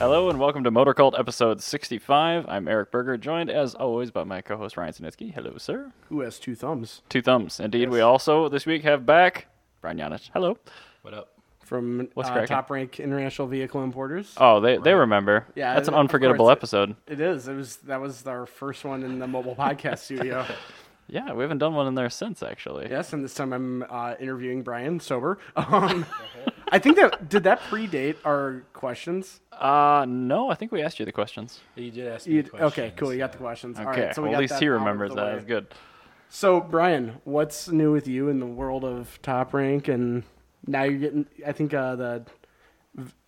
Hello and welcome to Motor Cult episode 65. I'm Eric Berger, joined as always by my co host Ryan Sinitsky. Hello, sir. Who has two thumbs? Two thumbs. Indeed, we also this week have back Brian Yanich. Hello. What up? From What's uh, cracking? Top Rank International Vehicle Importers. Oh, they, they remember. Yeah, That's an of unforgettable course. episode. It is. It was that was our first one in the mobile podcast studio. Yeah, we haven't done one in there since, actually. Yes, and this time I'm uh, interviewing Brian sober. Um, I think that did that predate our questions. Uh, no, I think we asked you the questions. You did ask me You- questions. okay, cool. You got the questions. All okay, right, so we well, got at least that he out of remembers the that. way. That's good. So Brian, what's new with you in the world of Top Rank, and now you're getting? I think uh, the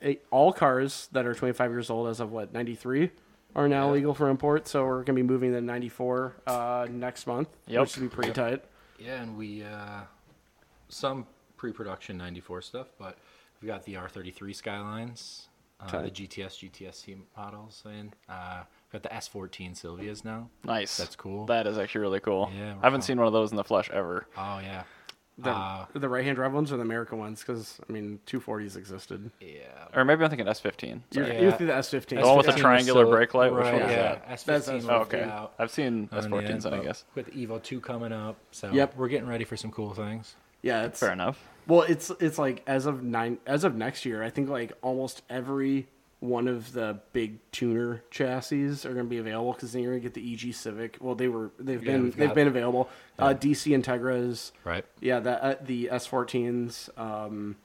v- all cars that are 25 years old as of what 93 are now legal for import. So we're gonna be moving to 94 uh, next month, Yep. which should be pretty tight. Yeah, and we uh, some pre-production '94 stuff, but we got the R33 Skylines, uh, the GTS GTSC models, and uh, we've got the S14 Silvias now. Nice. That's cool. That is actually really cool. Yeah, we're I haven't fine. seen one of those in the flesh ever. Oh yeah, The, Uh, the right-hand drive ones or the American ones, because I mean 240s existed. yeah. Or maybe I'm thinking S15. You're, Sorry. Yeah. you're through the S15. The one with the S15 was triangular still- brake light, which Right, one's yeah. that? That's S15 was S14. Oh, okay. out. I've seen And, Oh, yeah, S14s, I but guess. With Evo 2 coming up, so Yep. we're getting ready for some cool things. Yeah, it's Fair enough. Well, it's it's like as of nine as of next year, I think like almost every one of the big tuner chassis are going to be available because then you're going to get the EG Civic. Well, they were they've Yeah, been we've they've got- been available. Uh, DC Integras, Right. Yeah, that uh, the S14s. Um,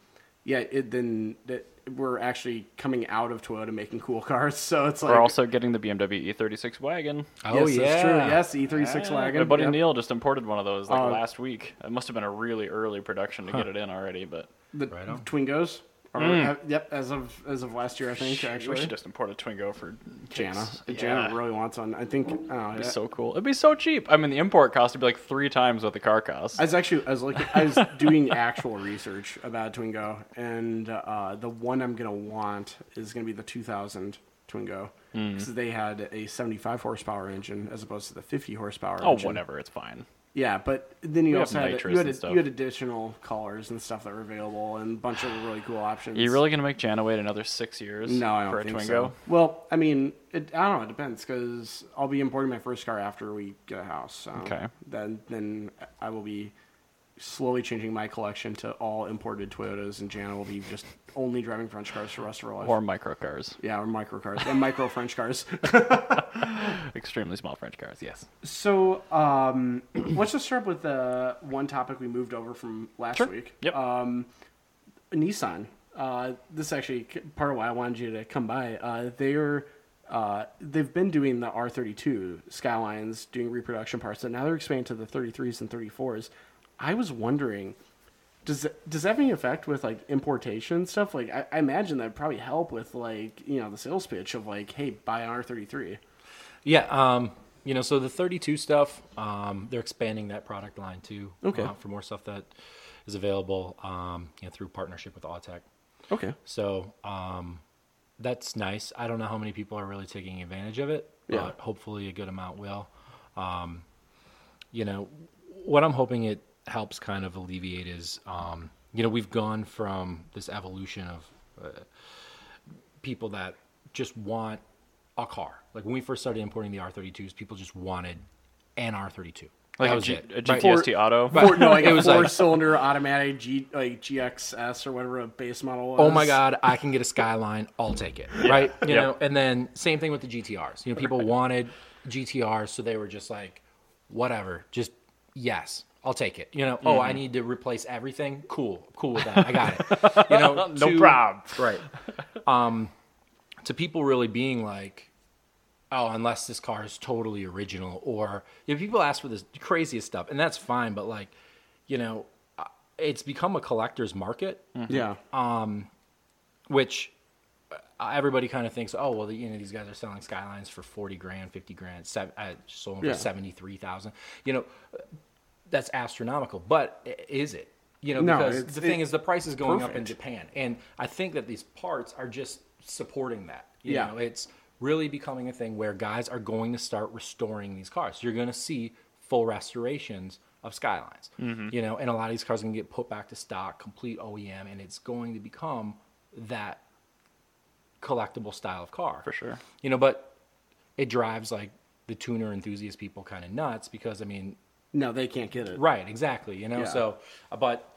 yeah, it, then that we're actually coming out of Toyota making cool cars, so it's like We're also getting the BMW E36 E wagon. Oh yes, yeah. that's true. Yes, the E36 Yeah, wagon. My buddy yep. Neil just imported one of those like Uh, last week. It must have been a really early production to get it in already, but the Right on. Mm. Twingos. Or, uh, yep, as of as of last year, I think actually. we should just import a Twingo for Jana. kicks. Jana Yeah. really wants one. I think. Uh, It'd be so cool. It'd be so cheap. I mean, the import cost would be like three times what the car costs. I was actually I was looking I was doing actual research about Twingo, and uh, the one I'm gonna want is gonna be the 2000 Twingo Hmm. because they had a 75 horsepower engine as opposed to the 50 horsepower. oh, engine. whatever. It's fine. Yeah, but then you have also had nitrous you had, and stuff. you had additional colors and stuff that were available and a bunch of really cool options. Are you really gonna make Jana wait another six years? No, I don't for a think Twingo. so. Well, I mean, it, I don't know. It depends because I'll be importing my first car after we get a house. So Okay. Then, then I will be slowly changing my collection to all imported Toyotas, and Jana will be just only driving French cars for the rest of her life. Or micro cars, yeah, or micro cars and micro French cars. extremely small French cars. Yes. So um, let's just start with the one topic we moved over from last Sure. week. Yep. Um, Nissan. Uh, this is actually c- part of why I wanted you to come by. Uh, they're uh, they've been doing the R32 Skylines, doing reproduction parts, and now they're expanding to the 33s and 34s. I was wondering, does that, does that have any effect with like importation stuff? Like, I, I imagine that would probably help with like you know the sales pitch of like, hey, buy an R33. Yeah, um, you know, so the 32 stuff, um, they're expanding that product line too. Okay. uh, for more stuff that is available, um, you know, through partnership with Autech. Okay. So um, that's nice. I don't know how many people are really taking advantage of it, Yeah. but hopefully a good amount will. Um, you know, what I'm hoping it helps kind of alleviate is, um, you know, we've gone from this evolution of uh, people that just want a car. Like when we first started importing the R32s, people just wanted an R32. Like that a, was G- it. a Right? GTST Auto. Four, no, like It a was like- four-cylinder automatic G, like GXS or whatever a base model was. oh my god i can get a skyline i'll take it right you Yeah. know and then same thing with the gtrs you know people wanted gtrs so they were just like whatever just yes i'll take it you know oh Mm-hmm. i need to replace everything cool cool with that i got it you know No to- prob. right um to people really being like oh, unless this car is totally original, or you know, people ask for this craziest stuff, and that's fine. But like, you know, uh, it's become a collector's market, Yeah, Um, which uh, everybody kind of thinks, oh, well, the, you know, these guys are selling Skylines for forty grand, fifty grand, seven, I sold them Yeah. for seventy three thousand. You know, uh, that's astronomical. But i- is it? You know, No, because it's- the thing it- is, the price is going up in perfect. Japan, and I think that these parts are just supporting that. You Yeah. know, it's really becoming a thing where guys are going to start restoring these cars. You're going to see full restorations of Skylines. You know, and a lot of these cars are going to get put back to stock, complete OEM, and it's going to become that collectible style of car. For sure. You know, but it drives like the tuner enthusiast people kind of nuts because I mean, No, they can't get it. right, exactly, you know. Yeah. So, uh, but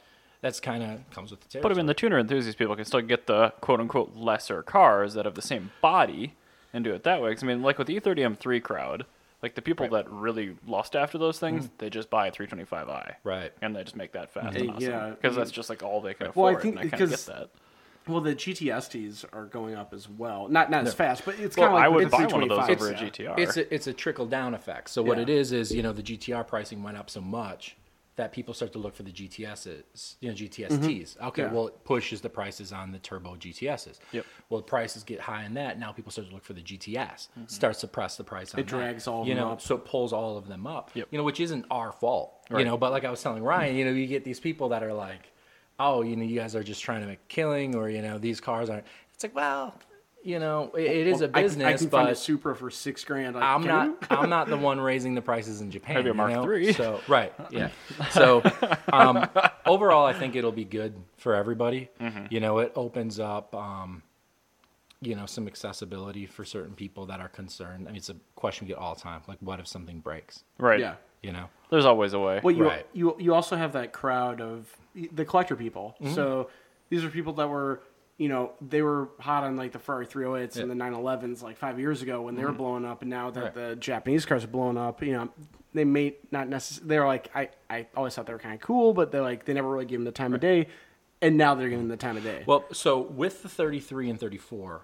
that's kind of comes with the territory. But I mean, the tuner enthusiast people can still get the quote unquote lesser cars that have the same body and do it that way. 'Cause, I mean, like with the E E30 M3 crowd, like the people that really lost after those things, they just buy a 325i. Right. And they just make that fast. Uh, And awesome. yeah, Because I that's mean- just like all they can afford. Well, I and think I kind of get because- that. Well, the GTSTs are going up as well. Not not as fast, but it's kind Well, of like I with would the buy one of those 325s. over a Yeah. GTR. Uh, It's a, it's a trickle down effect. So what Yeah. it is is you know the GTR pricing went up so much that people start to look for the GTSs, you know GTSTs. Okay, Mm-hmm. Yeah. well it pushes the prices on the turbo GTSs. Yep. Well, the prices get high in that. Now people start to look for the GTS. Starts to press the price. on that. Mm-hmm. drags all of you them know, up. so it pulls all of them up. Yep. You know, which isn't our fault. You Right. know, but like I was telling Ryan, you know, you get these people that are like, oh, you know, you guys are just trying to make a killing, or you know, these cars aren't. It's like, well, you know, it, it is Well, a I can- business, I can, but find a Supra for six grand. Like, I'm can you? not. I'm not the one raising the prices in Japan. Maybe a you Mark know? III. So right, yeah. So um, overall, I think it'll be good for everybody. Mm-hmm. You know, it opens up. Um, you know, some accessibility for certain people that are concerned. I mean, it's a question we get all the time. Like, what if something breaks? Right. Yeah. You know, There's always a way. Well, you Right. you you also have that crowd of the collector people. So these are people that were, you know, they were hot on like the Ferrari 308s and the 911s like five years ago when they were blowing up, and now that Right. the Japanese cars are blowing up, you know, they may not necessarily. They're like, I I always thought they were kind of cool, but they're like they never really gave them the time of day, and now they're giving them the time of day. Well, so with the 33 and 34,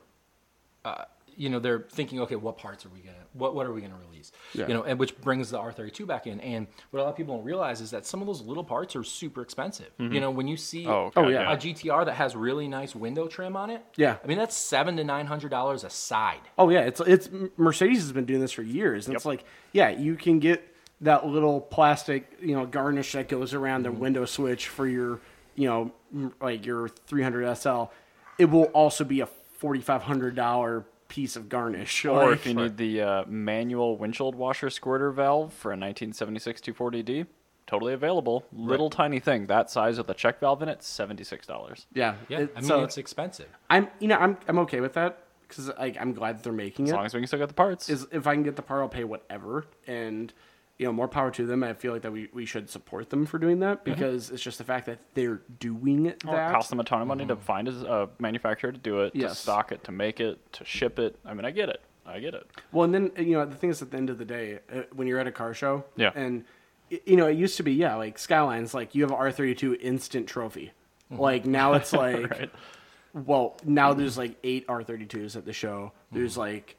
uh, you know, they're thinking, okay, what parts are we gonna, what what are we gonna release? Yeah. You know, and which brings the R32 back in. And what a lot of people don't realize is that some of those little parts are super expensive. You know, when you see Oh, God, Mm-hmm. Oh, yeah. a GTR that has really nice window trim on it, Yeah. I mean that's seven to nine hundred dollars a side. Oh yeah, it's it's Mercedes has been doing this for years, and it's like yeah, you can get that little plastic you know garnish that goes around the window switch for your you know m- like your 300 SL. It will also be a forty five hundred dollar piece of garnish. Or Like, if you need the uh, manual windshield washer squirter valve for a 1976 240D, totally available. Little tiny thing that size with a check valve in it, seventy-six dollars. yeah, Yeah, It- I mean so it's expensive. I'm you know I'm I'm okay with that because like I'm glad that they're making As it. long as we can still get the parts. is if I can get the part, I'll pay whatever. And you know, more power to them. I feel like that we, we should support them for doing that because it's just the fact that they're doing that. Well, it costs them a ton of money to Mm-hmm. find a uh, manufacturer to do it, to Yes. stock it, to make it, to ship it. I mean, I get it. I get it. Well, and then uh, you know the thing is, at the end of the day, uh, when you're at a car show, Yeah. and y- you know it used to be, yeah, like Skylines, like you have a R32 instant trophy. Mm-hmm. Like now it's like, Right. well, now there's like eight R32s at the show. There's Mm-hmm. like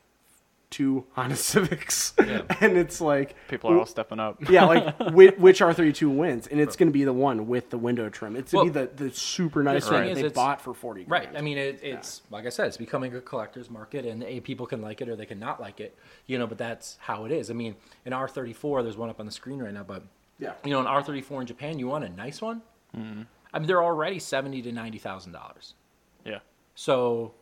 two Honda Civics, and it's like People are all stepping up. yeah, like which, which R32 wins, and it's going to be the one with the window trim. It's going to Well, be the, the super nice thing one is that they it's- bought for forty. Right. Grand. I mean, it, it's like I said, it's becoming a collector's market, and eh, people can like it or they can not like it, you know. But that's how it is. I mean, an R34, there's one up on the screen right now, but Yeah. you know, an R34 in Japan, you want a nice one. I mean, they're already seventy to ninety thousand dollars. Yeah. So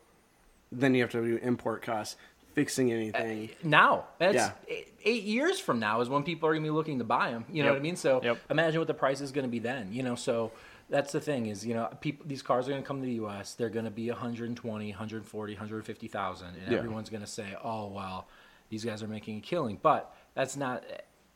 then you have to do import costs, fixing Uh, anything. now that's Yeah. eight, eight years from now is when people are gonna be looking to buy them. You know Yep. what I mean? So Yep. imagine what the price is gonna be then. You know, so that's the thing is you know people these cars are gonna come to the U.S. They're gonna be 120, 140, 150,000, and Yeah. everyone's gonna say, oh well, these guys are making a killing. But that's not.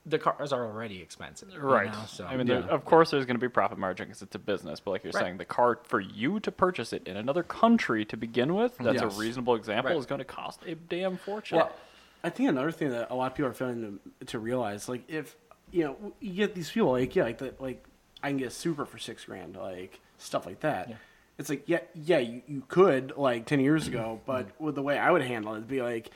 The cars are already expensive, you Right. know, so, I mean, yeah. there, of course, there's going to be profit margin because it's a business. But like you're Right. saying, the car for you to purchase it in another country to begin with, that's Yes. a reasonable example, Right. is going to cost a damn fortune. Well, I think another thing that a lot of people are failing to, to realize, like if you know, you get these people like yeah, like the, like I can get a super for six grand, like stuff like that. It's like yeah, yeah, you, you could like ten years ago, but with the way I would handle it, it'd be like,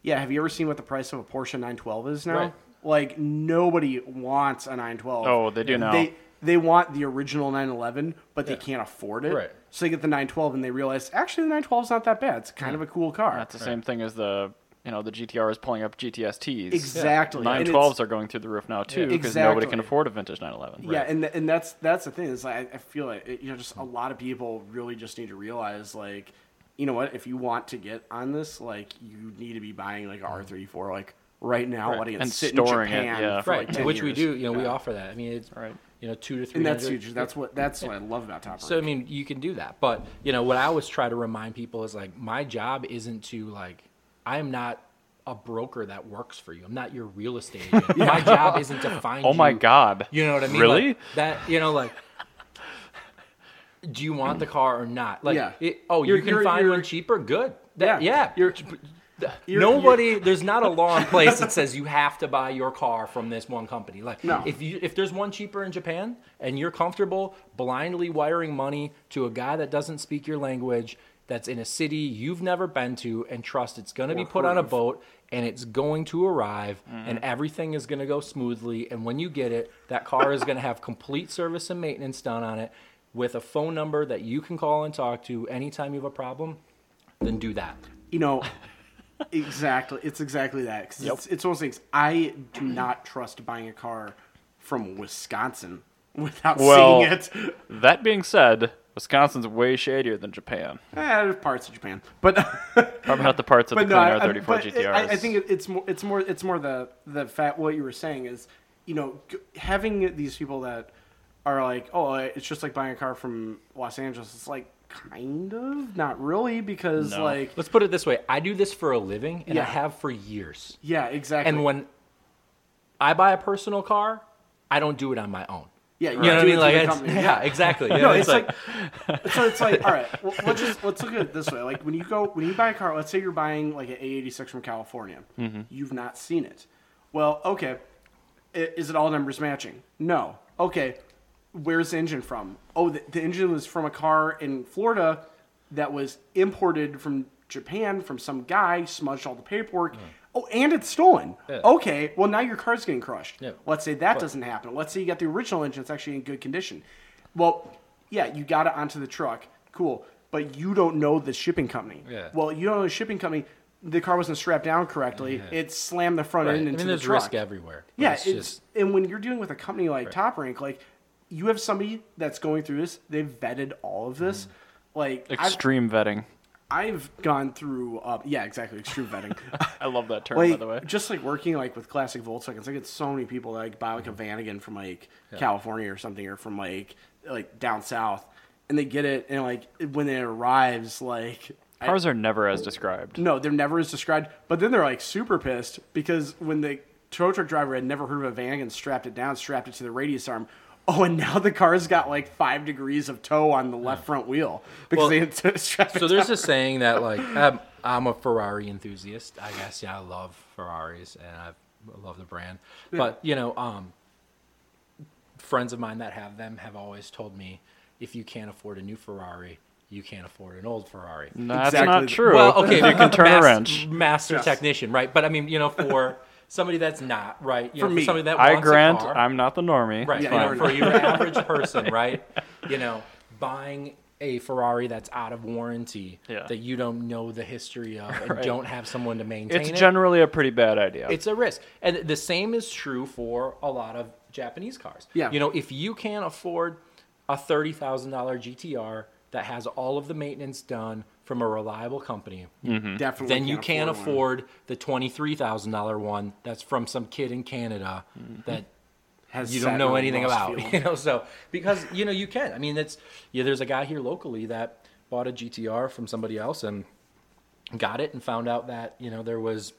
yeah, have you ever seen what the price of a Porsche 912 is now? Right. Like nobody wants a 912. Oh, they do now. They they want the original 911, but they can't afford it. Right. So they get the 912 and they realize actually the 912 is not that bad. It's kind of a cool car. That's the same thing as the you know the GTR is pulling up GTSTs. Exactly. Nine And twelves it's- are going through the roof now too because nobody can Exactly. afford a vintage nine eleven. Yeah, and th- and that's that's the thing is like, I, I feel like it, you know just a lot of people really just need to realize like you know what? If you want to get on this, like you need to be buying like R thirty four like right Mm-hmm. now. Right. What do you And sit storing it, in Japan yeah. for right, like 10 which we years. do. You know, we Yeah. offer that. I mean, it's Right. you know two to three. and that's hundred. huge. That's what that's what I love about Top. So I mean, you can do that, but you know what I always try to remind people is like my job isn't to like I'm not a broker that works for you. I'm not your real estate agent. My job isn't to find. Oh my you- god. You know what I mean? Really? Like, that you know like. Do you want the car or not? Like, Yeah. it, oh, You're- you can you're- find you're- one cheaper. Good. That, Yeah. yeah. You're- you're- Nobody. there's not a law in place that says you have to buy your car from this one company. Like, No. if you if there's one cheaper in Japan and you're comfortable blindly wiring money to a guy that doesn't speak your language, that's in a city you've never been to, and trust it's going to be Or put on a heard of. boat and it's going to arrive Mm-hmm. and everything is going to go smoothly. And when you get it, that car is going to have complete service and maintenance done on it with a phone number that you can call and talk to anytime you have a problem. Then do that. you know exactly it's exactly that 'Cause it's, it's one of those things i do not trust buying a car from wisconsin without Well- seeing it That being said, Wisconsin's way shadier than Japan. Eh, there's parts of japan but Probably not the parts of the but clean no I, I, R34 but it- GTRs. I, I think it, it's more it's more it's more the the fact what you were saying is you know g- having these people that are like oh it's just like buying a car from los angeles it's like kind of not really because No. like Let's put it this way: I do this for a living, and I Yeah. have for years. yeah exactly And when I buy a personal car, I don't do it on my own. yeah you You know what I do mean? it through Like, the I- company, yeah, exactly. You no, know, it's like, so it's like all right. Well, let's just let's look at it this way. Like when you go when you buy a car, let's say you're buying like an A86 from California. Mm-hmm. You've not seen it. Well, okay. I- Is it all numbers matching? No. Okay. Where's the engine from? Oh, the, the engine was from a car in Florida that was imported from Japan from some guy smudged all the Mm. paperwork. Oh, and it's stolen. Okay, well now your car's getting crushed. Yeah. Let's say that doesn't happen. Let's say you got the original engine; it's actually in good condition. Well, yeah, you got it onto the truck, cool, but you don't know the shipping company. Yeah. Well, you don't know the shipping company. The car wasn't strapped down correctly. It slammed the front Right. I end mean, into there's the truck. risk everywhere. but Yeah, it's, it's, just and when you're dealing with a company like Top Rank, like you have somebody that's going through this. They've vetted all of this. Like I've, extreme vetting. I've gone through. Uh, yeah, exactly. Extreme vetting. I love that term, by like the way. just like working like with classic Volkswagens, I get so many people that like buy like a Vanagon from like California or something, or from like like down south, and they get it, and like when it arrives, like I- Cars are never as described. no, they're never as described. But then they're like super pissed because when the tow truck driver had never heard of a Vanagon, strapped it down, strapped it to the radius arm. Oh, and now the car's got like five degrees of tow on the left front wheel because Well, they had to strap it. so there's a saying that like um, I'm a Ferrari enthusiast. I guess yeah, I love Ferraris and I love the brand. But you know, um, friends of mine that have them have always told me if you can't afford a new Ferrari, you can't afford an old Ferrari. That's Exactly. not true. Well, okay, you can turn a mas- wrench. master Yes. technician, right? But I mean, you know, for somebody that's not right, you For know, me. for somebody that I wants a grant car- I'm not the normie. right? Yeah, you know, fine. for your average person, right? You know, buying a Ferrari that's out of warranty Yeah. that you don't know the history of and don't have someone to maintain It's it. generally a pretty bad idea. It's a risk. And the same is true for a lot of Japanese cars. Yeah. You know, if you can't afford a $30,000 GTR that has all of the maintenance done from a reliable company, Definitely, then you can't one. afford the $23,000 one that's from some kid in Canada that Has you sat don't in know a anything lost about. field. You know, so because you know you can. I mean, it's yeah. There's a guy here locally that bought a GTR from somebody else and got it and found out that you know there was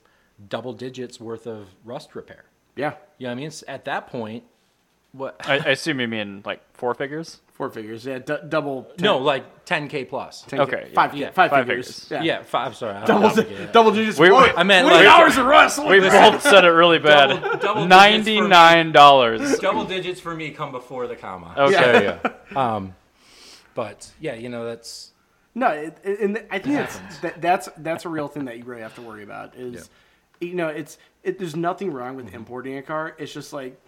double digits worth of rust repair. Yeah, You know, what I mean, it's, at that point, what? I, I assume you mean like four figures. four figures. Yeah, d- double. no, like 10k plus. 10K. Okay, yeah. five, Yeah, five, five figures. figures. Yeah. five. Sorry, I double, don't know. double digits. We- Whoa, we- I meant what are like- the hours of rust? Look We at this. both said it really bad. double- double digits for- Ninety-nine dollars. double digits for me come before the comma. Okay. Yeah. Um, but yeah, you know that's No, it, it- and I think that's, that, that's that's a real thing that you really have to worry about. Is you know, it's it, there's nothing wrong with importing a car. It's just like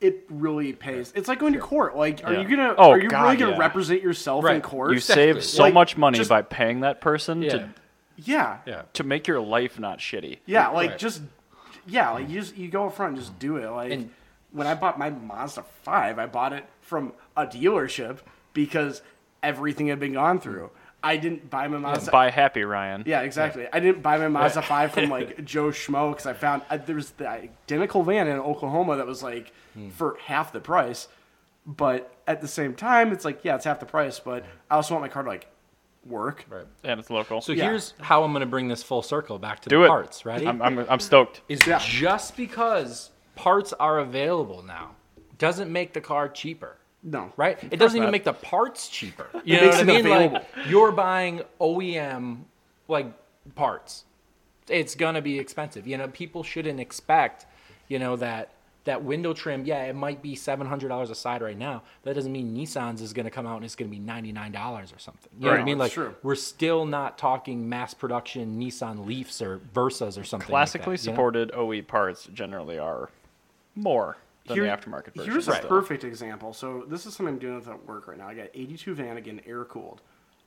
it really pays. It's like going to court. Like, are Yeah. you gonna Oh, are you God, really gonna yeah. represent yourself in Right. court? You save so Like, much money just- by paying that person to yeah, yeah. to make your life not shitty. yeah. Like Right. just yeah, like you just you go up front and just do it. Like And- when I bought my Mazda five, I bought it from a dealership because everything had been gone through. I didn't buy my Mazda. Buy happy, Ryan. Yeah, exactly. I didn't buy my Mazda 5 from like Joe Schmo because I found I, there was the identical van in Oklahoma that was like for half the price. But at the same time, it's like, yeah, it's half the price, but I also want my car to like work. Right. And it's local. So Yeah. here's how I'm going to bring this full circle back to Do the it. parts. Ready? I'm, I'm, I'm stoked. is Yeah. just because parts are available now doesn't make the car cheaper, No. right? It doesn't not. even make the parts cheaper. You It know makes what I them mean? Like available. you're buying OEM like parts. It's gonna be expensive. You know, people shouldn't expect, you know, that that window trim. Yeah, it might be seven hundred dollars a side right now. That doesn't mean Nissan's is gonna come out and it's gonna be ninety nine dollars or something. You know what Right. I mean? Like That's true. we're still not talking mass production Nissan Leafs or Versas or something. like that, Classically you know? supported OE parts generally are more than Here- the aftermarket version. Here's Right. a perfect example. So this is something I'm doing at work right now. I got 82 Vanagon air cooled.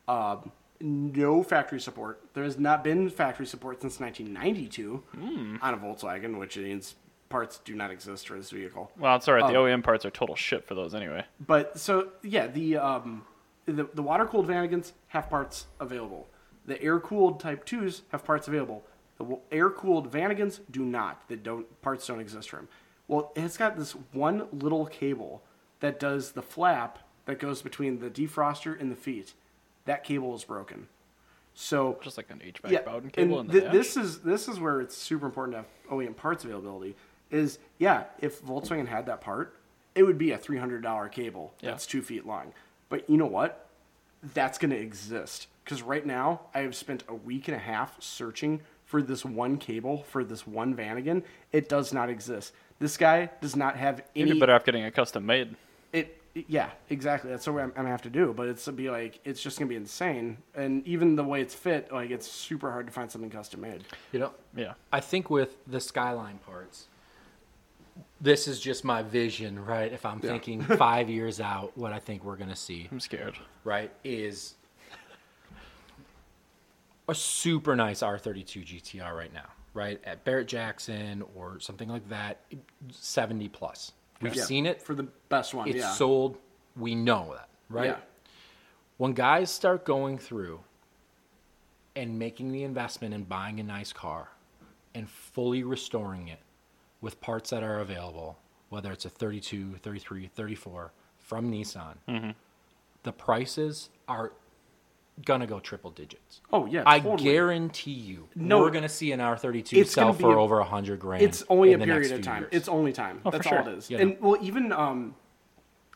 Um, no factory support. There has not been factory support since 1992 on a Volkswagen, which means parts do not exist for this vehicle. Well, it's all Um, right. The OEM parts are total shit for those anyway. But so yeah, the um, the, the water cooled Vanagons have parts available. The air cooled Type Twos have parts available. The air cooled Vanagons do not. They don't parts don't exist for them. Well, it's got this one little cable that does the flap that goes between the defroster and the feet. That cable is broken. So Just like an HVAC Bowden cable and in the thi- dash. this is this is where it's super important to have OEM parts availability. Is yeah, if Volkswagen had that part, it would be a three hundred dollar cable Yeah. that's two feet long. But you know what? That's going to exist because right now I have spent a week and a half searching for this one cable for this one Vanagon. It does not exist. This guy does not have You'd any be better off getting a custom made. it yeah exactly that's what I'm, I'm gonna have to do but it's to be like it's just gonna be insane and even the way it's fit like it's super hard to find something custom made You know, Yeah. I think with the skyline parts, this is just my vision, right? If I'm thinking five years out, what I think we're gonna see, Hmm. I'm scared. right, is a super nice R32 GTR right now, right at Barrett Jackson or something like that, seventy plus. We've Yeah, seen it. for the best one It's yeah sold. We know that, right? Yeah. when guys start going through and making the investment in buying a nice car and fully restoring it with parts that are available, whether it's a 32, 33, 34 from Nissan, Mm-hmm. the prices are gonna go triple digits. oh yeah I totally. guarantee you, No. we're gonna see an R32 It's sell gonna be for a- over a hundred grand. it's only a in the next period of few time years. it's only time Oh, for that's all sure. it is Yeah. and well even um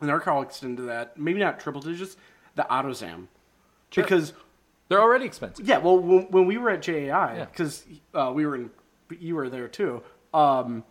and our car will extend to that maybe not triple digits the autosam Sure. because they're already expensive. Yeah, well, when, when we were at Yeah. JAI, because uh, we were in, you were there too. Um,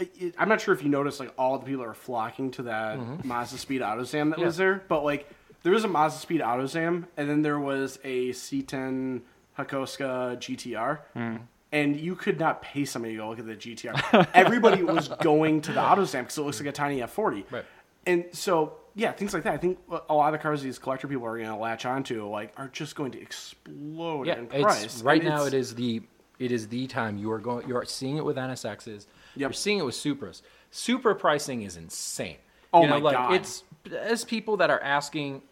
I- it, I'm not sure if you noticed, like all the people are flocking to that Mm-hmm. Mazda Speed Autosam that was there, but like there was a Mazda Speed Autosam, and then there was a C10 Hakoska GTR. Mm. And you could not pay somebody to go look at the GTR. Everybody was going to the Autosam because it looks like a tiny F40. Right. And so, yeah, things like that. I think a lot of the cars these collector people are going to latch onto, like, are just going to explode yeah, in it's- price. right And now it's- it is the it is the time you are going you are seeing it with NSXs. You're seeing it with Supras. Super pricing is insane. Oh you know, my like God. it's as people that are asking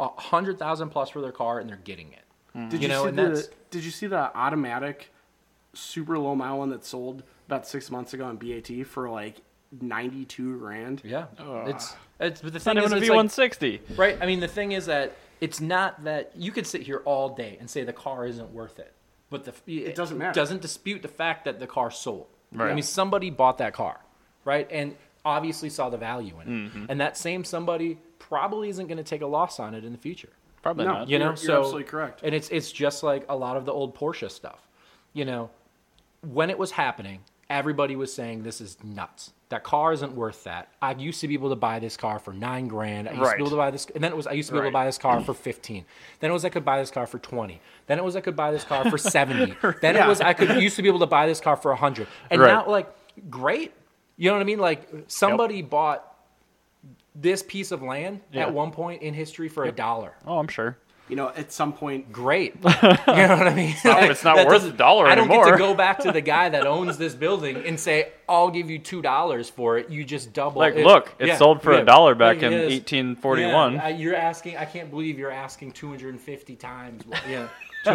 a hundred thousand plus for their car and they're getting it. Mm-hmm. Did you, you know, see and the that's Did you see the automatic, super low mile one that sold about six months ago on BAT for like ninety two grand? yeah. It's it's but the Not thing is even a it's like, V160. right? I mean, the thing is that it's not that you could sit here all day and say the car isn't worth it, but the it doesn't matter. Doesn't dispute the fact that the car sold. I Right. mean, somebody bought that car, right? And obviously saw the value in it, and that same somebody probably isn't going to take a loss on it in the future. Probably No. not. You know, You're- you're so absolutely correct. And it's it's just like a lot of the old Porsche stuff. You know, when it was happening, everybody was saying this is nuts. That car isn't worth that. I used to be able to buy this car for nine grand. I used to Right. be able to buy this, and then it was I used to be able to Right. buy this car for fifteen. Then it was I could buy this car for twenty. Then it was I could buy this car for seventy. Then it was I could used to be able to buy this car for hundred. And Right. now, like, great. You know what I mean? Like somebody bought this piece of land Yeah. at one point in history for a dollar. Oh, I'm sure. you know, at some point, great. You know what I mean? It's not- it's not worth a dollar I don't get anymore. to go back to the guy that owns this building and say, "I'll give you two dollars for it. You just double." Like, it." look, it sold for a dollar back Look, it in is. 1841. Yeah, I- you're asking. I can't believe you're asking 250 times. what- Yeah,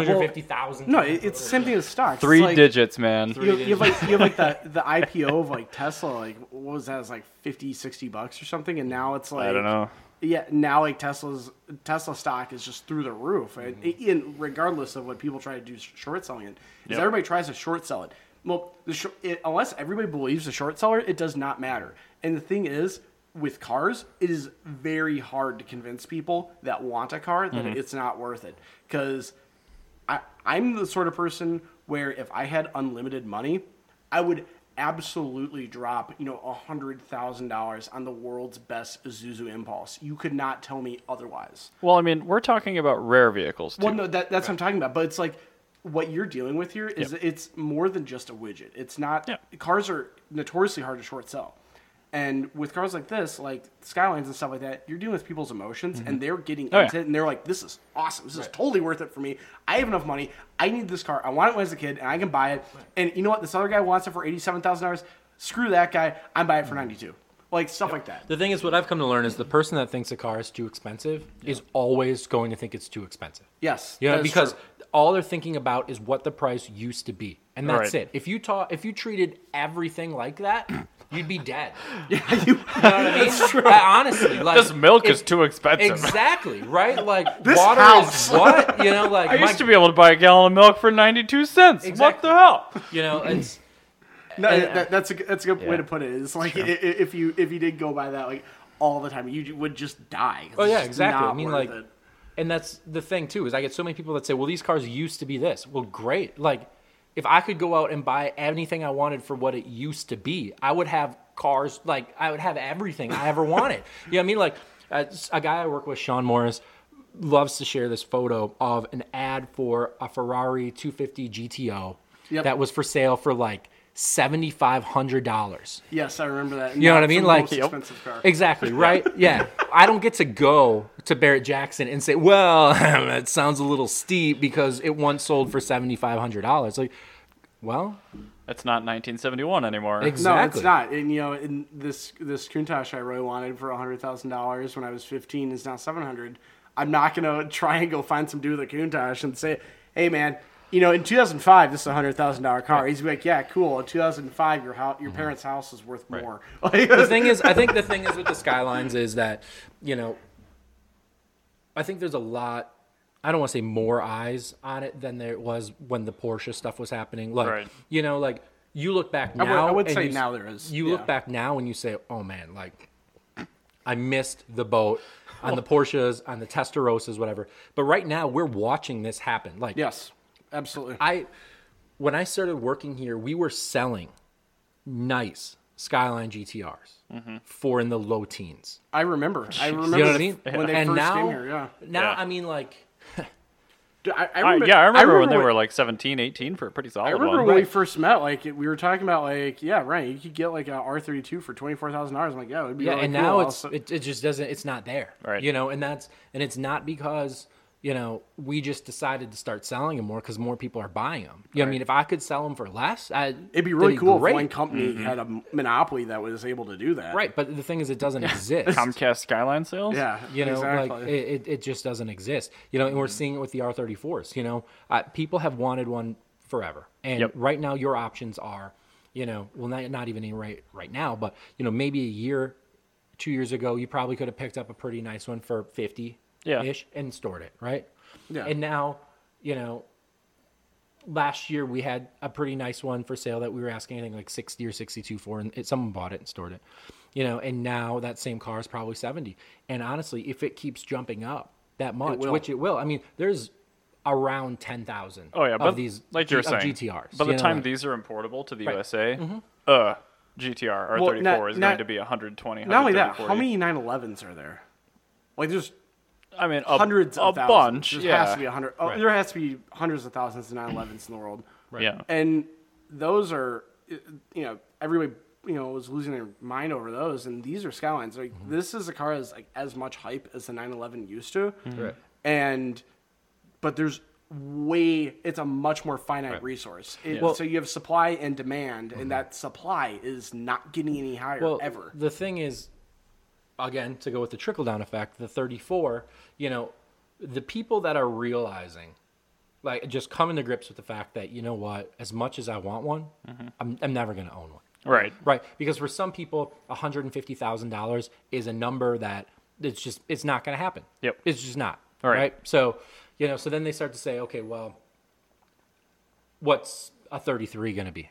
250,000. no, times it, it's what the same thing as stocks. Three It's like, digits, man. You, you have like you have like the, the IPO of like Tesla, like what was that? It was like 50, 60 bucks or something, and now it's like I don't know. Yeah, now like Tesla's Tesla stock is just through the roof, and, and regardless of what people try to do s- short selling it, 'Cause Mm-hmm. Yep. everybody tries to short sell it. Well, the shor- it, unless everybody believes the short seller, it does not matter. And the thing is, with cars, it is very hard to convince people that want a car that Mm-hmm. it's not worth it because I, I'm the sort of person where if I had unlimited money, I would absolutely drop, you know, hundred thousand dollars on the world's best Zuzu Impulse. You could not tell me otherwise. Well, I mean, we're talking about rare vehicles too. Well, no, that, that's what I'm talking about. But it's like what you're dealing with here is it's more than just a widget. It's not Yeah. cars are notoriously hard to short sell, and with cars like this, like Skylines and stuff like that, you're dealing with people's emotions, and they're getting Oh, into yeah. it, and they're like, "This is awesome. This is totally worth it for me. I have enough money. I need this car. I want it when I was a kid, and I can buy it. And you know what? This other guy wants it for eighty-seven thousand dollars. Screw that guy. I'm buying it for Mm-hmm. ninety-two. Like stuff like that. The thing is, what I've come to learn is the person that thinks a car is too expensive is always going to think it's too expensive. Yes. You that know, is because true. all they're thinking about is what the price used to be, and that's Right. it. If you taught, if you treated everything like that, you'd be dead. yeah, you, You know what I mean? I- honestly, like this milk is if- too expensive. Exactly right. Like This water house. is what you know. Like I my- used to be able to buy a gallon of milk for 92 cents. What Exactly. the hell? you know, it's No, And- uh, that, that's a g- that's a good way Yeah. to put it. It's like i- i- if you if you did go by that like all the time, you would just die. oh It's yeah, just exactly. I not mean, worth like, it. and that's the thing too is I get so many people that say, "Well, these cars used to be this." Well, great. Like, if I could go out and buy anything I wanted for what it used to be, I would have cars. Like, I would have everything I ever wanted. You know what I mean? Like, uh, a guy I work with, Sean Morris. Loves to share this photo of an ad for a Ferrari 250 GTO Yep. that was for sale for like seventy five hundred dollars. yes, I remember that. You know what I mean? Like, most Yep. expensive car. Exactly, right? Yeah. I don't get to go to Barrett Jackson and say, well, that sounds a little steep because it once sold for $7,500. Like, well, It's not 1971 anymore. Ex- No, Exactly. it's not. And you know, in this this Countach I really wanted for hundred thousand dollars when I was fifteen is now seven hundred. I'm not gonna try and go find some dude with a Countach and say, "Hey, man." You know, in 2005, this is a hundred thousand dollar car. He's like, "Yeah, cool." In 2005, your house, your parents' house is worth more. Like, Mm-hmm. the thing is, I think the thing is with the Skylines is that, you know, I think there's a lot. I don't want to say more eyes on it than there was when the Porsche stuff was happening. Like, Right. you know, like you look back now. would- I would and say you- now there is, You yeah. look back now and you say, "Oh man, like I missed the boat on the Porsches, on the Testarosas, whatever." But right now, we're watching this happen. Like, yes, absolutely. I when I started working here, we were selling nice Skyline GTRs Mm-hmm. for in the low teens. I remember. I remember You know what the- I mean? when they and first now, came here. Yeah. now Yeah. I mean like Dude, I, I I- remember, yeah, I remember, when they when- were like 17, 18 for a pretty solid I remember one. when we first met. Like it- we were talking about, like yeah, right. You could get like a R thirty two for twenty four thousand dollars. I'm like, yeah, it'd be yeah, really and cool. now it's Also- it, it just doesn't it's not there. Right. You know, and that's and it's not because you know we just decided to start selling them more because more people are buying them. You know, what I mean, if I could sell them for less, I, it'd be really cool great. if one company Mm-hmm. had a m- monopoly that was able to do that. right, but the thing is, it doesn't exist. Comcast Skyline sales? Yeah. You know, exactly. like it, it, it just doesn't exist. You know, and we're seeing it with the R34s. You know, uh, people have wanted one forever, and Yep. right now your options are, you know, well not not even right right now, but you know maybe a year, two years ago, you probably could have picked up a pretty nice one for fifty Yeah. ish and stored it, right? Yeah. And now, you know, last year we had a pretty nice one for sale that we were asking anything like 60 or 62 for and it, someone bought it and stored it you know and now that same car is probably 70 and honestly if it keeps jumping up that much will. which it will i mean there's around 10,000 Oh yeah, of but these like you're G- of saying, GTRs By the you know, time like- these are importable to the USA, uh, GTR R34 Mm-hmm. Well, not- is not- going to be 120. not only that, 130, how many 911s are there? Like there's I mean, a, hundreds a of thousands. bunch. There yeah. has to be a hundred. oh, There has to be hundreds of thousands of 911s in the world. Yeah. and those are you know everybody you know was losing their mind over those and these are skylines like this is a car that's like as much hype as the 911 used to and but there's way it's a much more finite Right. resource. It, Well- so you have supply and demand, and that supply is not getting any higher well, ever. The thing is, again, to go with the trickle down effect, the 34, you know, the people that are realizing, like, just coming to grips with the fact that, you know what, as much as I want one, I'm, I'm never going to own one. Right. Right. Because for some people, $150,000 is a number that it's just, it's not going to happen. Yep. It's just not. All right. right. So, you know, so then they start to say, okay, well, what's a 33 going to be?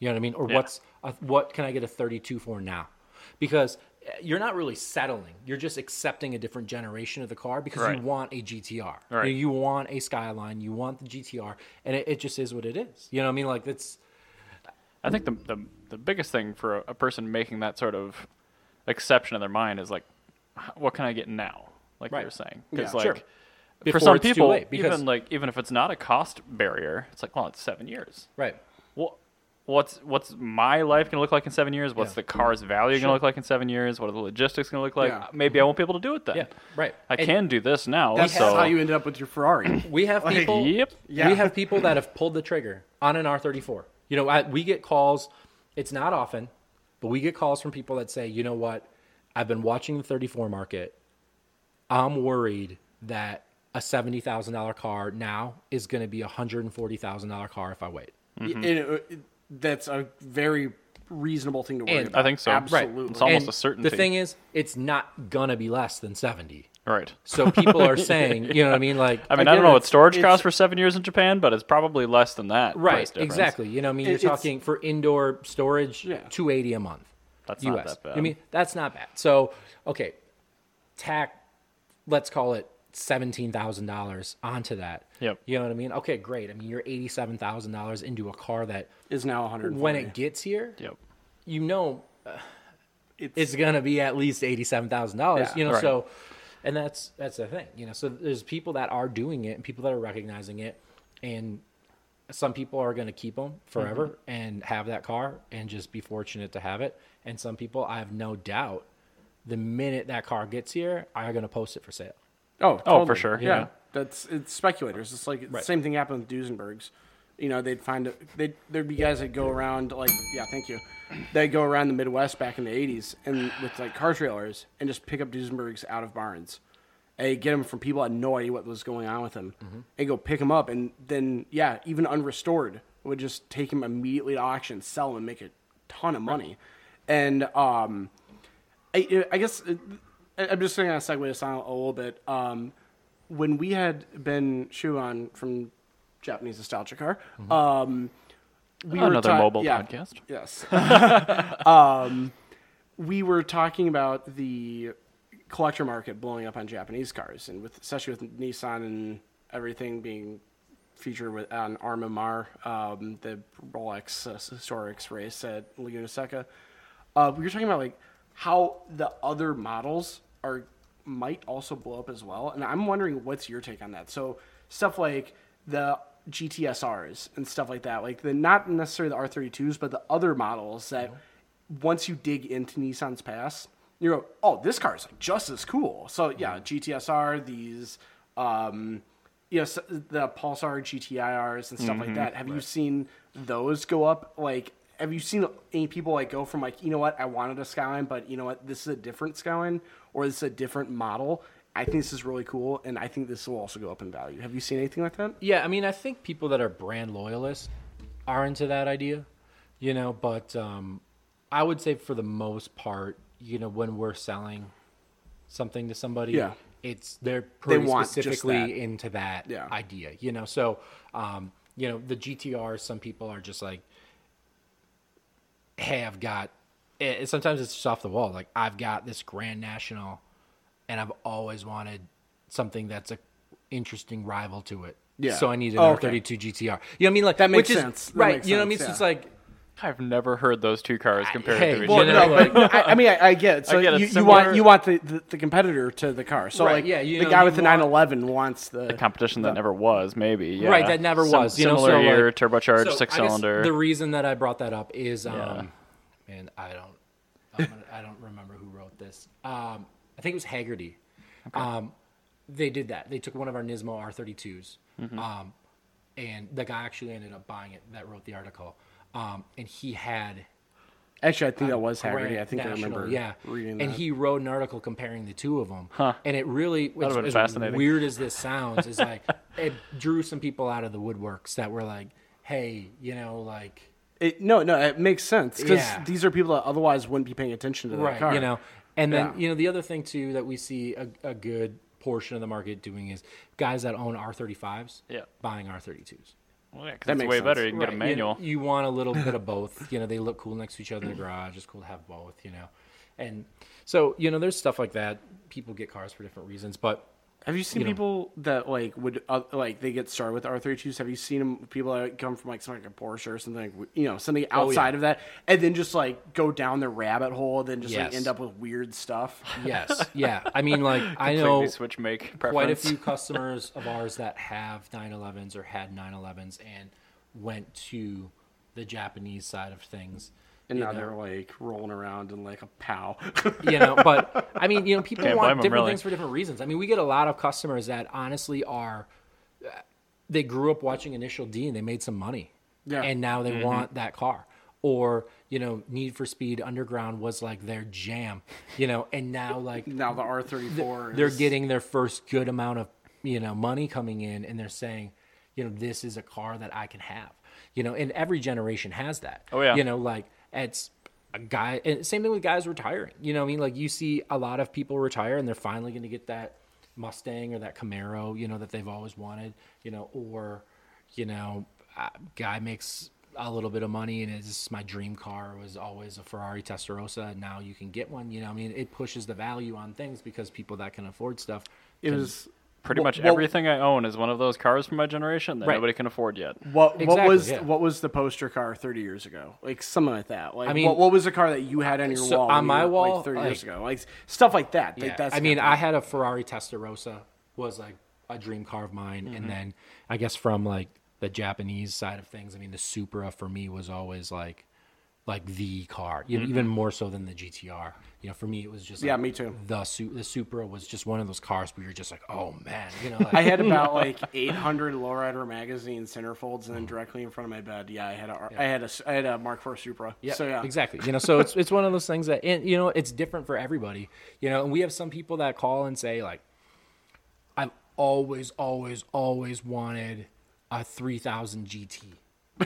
You know what I mean? Or Yeah. what's a, what can I get a 32 for now? Because eh, you're not really settling. You're just accepting a different generation of the car because Right. you want a GTR. Right. You, you want a Skyline. You want the GTR, and it, it just is what it is. You know what I mean? Like it's I think the the, the biggest thing for a, a person making that sort of exception in their mind is like, "H- what can I get now? Like you Right. were saying, because Yeah. like Sure. for Before some it's too people, late, because- even like even if it's not a cost barrier, it's like, well, it's seven years. right. What what's what's my life gonna look like in seven years? What's Yeah. the car's value Sure. gonna look like in seven years? What are the logistics gonna look like? Yeah. Maybe I won't be able to do it then. Yeah, right. I And- can do this now. That's so how you ended up with your Ferrari. We have people. yep. Yeah. We have people that have pulled the trigger on an R34. You know, I, we get calls. It's not often, but we get calls from people that say, "You know what? I've been watching the 34 market. I'm worried that a seventy thousand dollar car now is going to be a hundred and forty thousand dollar car if I wait." Mm-hmm. And it- uh, it- that's a very reasonable thing to worry And- about. I think so. Absolutely. It's almost And a certainty. The thing is, it's not gonna be less than seventy. right. So people are saying, you know what I mean? Like, I mean, I Again, don't know what it's- storage it's- costs for seven years in Japan, but it's probably less than that. price right difference. exactly you know i mean It- you're it's- talking for indoor storage Yeah. 280 a month That's us not that bad. i mean that's not bad so okay tack let's call it $17,000 onto that Yep. you know what i mean okay great i mean you're $87,000 into a car that is now 100. when it gets here Yep. you know it's, it's gonna be at least eighty-seven thousand dollars. Yeah. You know, Right. so and that's that's the thing. You know, so there's people that are doing it and people that are recognizing it, and some people are gonna keep them forever and have that car and just be fortunate to have it, and some people I have no doubt. The minute that car gets here, are gonna post it for sale. oh Oh, for totally. sure, Yeah. yeah. that's it's speculators. It's like the same thing happened with Duesenbergs. You know, they'd find they there'd be guys that go around like yeah, thank you. They go around the Midwest back in the '80s and with like car trailers and just pick up Duesenbergs out of barns. And get them from people that had no idea what was going on with them, and go pick them up, and then yeah, even unrestored would just take them immediately to auction, sell them, and make a ton of money. And um, I, I guess uh, I- I'm just going to segue this on a little bit. Um, when we had Ben Shuan from Japanese Nostalgia Car, um, we were Mm-hmm. Another ta- mobile yeah, podcast. Yes, um, we were talking about the collector market blowing up on Japanese cars, and with especially with Nissan and everything being featured with on RMMR, um, the Rolex uh, Historics race at Laguna Seca. Uh, we were talking about like how the other models are might also blow up as well, and I'm wondering what's your take on that. So stuff like the GTSRs and stuff like that, like the not necessarily the R32s, but the other models that once you dig into Nissan's past, you go, oh, this car is like just as cool. So yeah, GTSR, these, um, you know, s- the Pulsar GTIRs and stuff like that. Have you seen those go up? Like, have you seen any people like go from like, you know what, I wanted a Skyline, but you know what, this is a different Skyline or this is a different model. I think this is really cool, and I think this will also go up in value. Have you seen anything like that? Yeah, I mean, I think people that are brand loyalists are into that idea, you know. But um, I would say for the most part, you know, when we're selling something to somebody, Yeah. it's they're pretty want just specifically that. into that Yeah. idea, you know. So, um, you know, the GTR, some people are just like, hey, I've got. It, it- sometimes it's just off the wall. Like I've got this Grand National, and I've always wanted something that's a interesting rival to it. Yeah. So I need an Oh, okay. R32 GTR. You know what I mean? Like That makes which is- sense. That right? makes you know what I mean? sense, So it's yeah. like I've never heard those two cars compared hey, to each well, other. no, Like, but I, I mean, I, I get it. So I get it. you, you Similar- want you want the, the, the competitor to the car. So Right, like, yeah, you the know, guy you with the want- 911 wants the, competition that never was, maybe. Yeah. Right, that never Some was. You know, similar so, like- year, turbocharged, so I six guess cylinder. The reason that I brought that up is, um, man, I don't, I'm gonna, I don't remember who wrote this. Um, I think it was Haggerty. Um, they did that. They took one of our Nismo R32s, Mm-hmm. um, and the guy actually ended up buying it. That wrote the article, um, and he had Actually, I think that was Haggerty. Grant I think I National, remember yeah. reading and that. he wrote an article comparing the two of them, and it really, as, been as fascinating. weird as this sounds, is like it drew some people out of the woodworks that were like, "Hey, you know, like." It, no, no, it makes sense because Yeah. these are people that otherwise wouldn't be paying attention to that right car. you know and then Yeah. you know the other thing too that we see a, a good portion of the market doing is guys that own r35s Yeah. buying r32s Well, yeah, 'cause That it's makes way sense. better. You can Right, get a you- manual. you, want a little bit of both you know they look cool next to each other in the garage it's cool to have both you know and so you know there's stuff like that people get cars for different reasons but Have you seen people that like would uh, like they get started with R 32s Have you seen 'em- people that come from like something like a Porsche or something, like, you know, Oh, something outside of that, and then just like go down the rabbit hole, and then just like Yes. end up with weird stuff? yes yeah i mean like i Completely know switch make quite a preference. few customers of ours that have 911s or had 911s and went to the japanese side of things And you now know. they're like rolling around in like a pow. you know but i mean you know people Can't blame want 'em, different really. things for different reasons i mean we get a lot of customers that honestly are uh, they grew up watching initial d and they made some money Yeah. and now Mm-hmm. they want that car or you know need for speed underground was like their jam you know and now like now the R 34 they're getting their first good amount of you know money coming in and they're saying you know this is a car that i can have you know and every generation has that Oh, yeah. you know like it's a guy and same thing with guys retiring you know what i mean like you see a lot of people retire and they're finally going to get that mustang or that camaro you know that they've always wanted you know or you know a guy makes a little bit of money and it's just my dream car was always a Ferrari Testarossa and now you can get one you know what I mean it pushes the value on things because people that can afford stuff It was Pretty Well- much well- everything I own is one of those cars from my generation that Right. nobody can afford yet. What what Exactly, was yeah. what was the poster car thirty years ago? Like something like that. Like I mean- what, what was the car that you had on your So, wall? on when you my were, wall, like thirty years like- ago, like stuff like that. Like, Yeah. that's I mean, happening. I had a Ferrari Testarossa was like a dream car of mine, Mm-hmm. and then I guess from like the Japanese side of things, I mean, the Supra for me was always like like the car, you know, even more so than the GTR. You know, for me it was just like, Mm-hmm. Yeah, me too. The Su- the Supra was just one of those cars where you're just like, oh man, you know, like, I had about like 800 Lowrider magazine centerfolds, and then Mm. directly in front of my bed, yeah, I had a, I had a, s- I had a Mark IV Supra. Yeah, So yeah, exactly. You know, so it's it's one of those things that and you know it's different for everybody. You know, and we have some people that call and say like, I've always, always, always wanted a three thousand GT.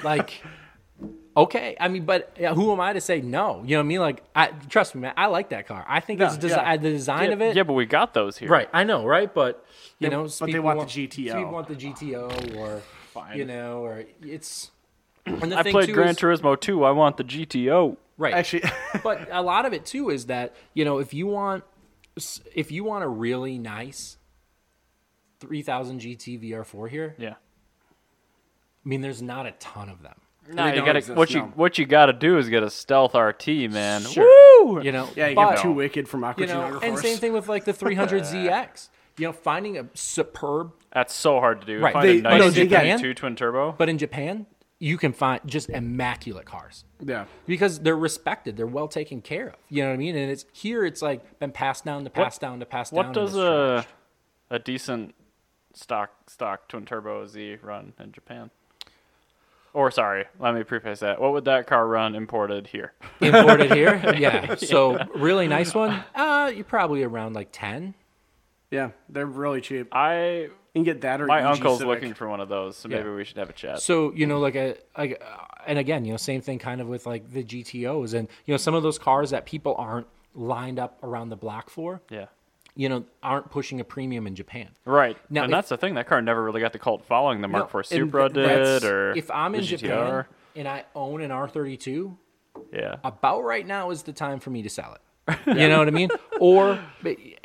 Like, okay, I mean, but yeah, who am I to say no? You know what I mean? Like, I trust me, man. I like that car. I think it's No, desi- yeah. the design of it. Yeah, but we got those here. Right, I know, right? But you know, but they want the GTO. People want the GTO, or Fine. you know, or it's. And the I thing, played too, Gran is- Turismo 2. I want the GTO. Right actually, but a lot of it too is that you know if you want if you want a really nice 3000 GT VR4 here, Yeah. I mean there's not a ton of them. No, you don't gotta exist, what you no. what you gotta do is get a stealth RT, man. Woo! You know, yeah, you but, got too wicked from Aqua you know, and same thing with like the 300 ZX. You know, finding a superb, That's so hard to do. Right. Find They- a nice no, two they can. twin turbo. but in Japan, you can find just immaculate cars. Yeah, because they're respected, they're well taken care of. You know what I mean? And it's here, it's like been passed down to passed down to passed down. What and does it's a trash. a decent stock stock twin turbo Z run in Japan? Or sorry, let me preface that. What would that car run imported here? imported here? Yeah. So really nice one. Uh, you're probably around like ten. yeah, they're really cheap. You I can get that or my EG uncle's Civic. looking for one of those, so maybe we should have a chat. So you know, like a like, uh, and again, you know, same thing kind of with like the GTOs and you know some of those cars that people aren't lined up around the block for. yeah. You know, aren't pushing a premium in Japan. Right. Now, and if- that's the thing. That car never really got the cult following the Mark No, IV and Supra th- that's- did, or if I'm the in Japan GTR. and I own an R32, Yeah. about right now is the time for me to sell it. You know what I mean? Or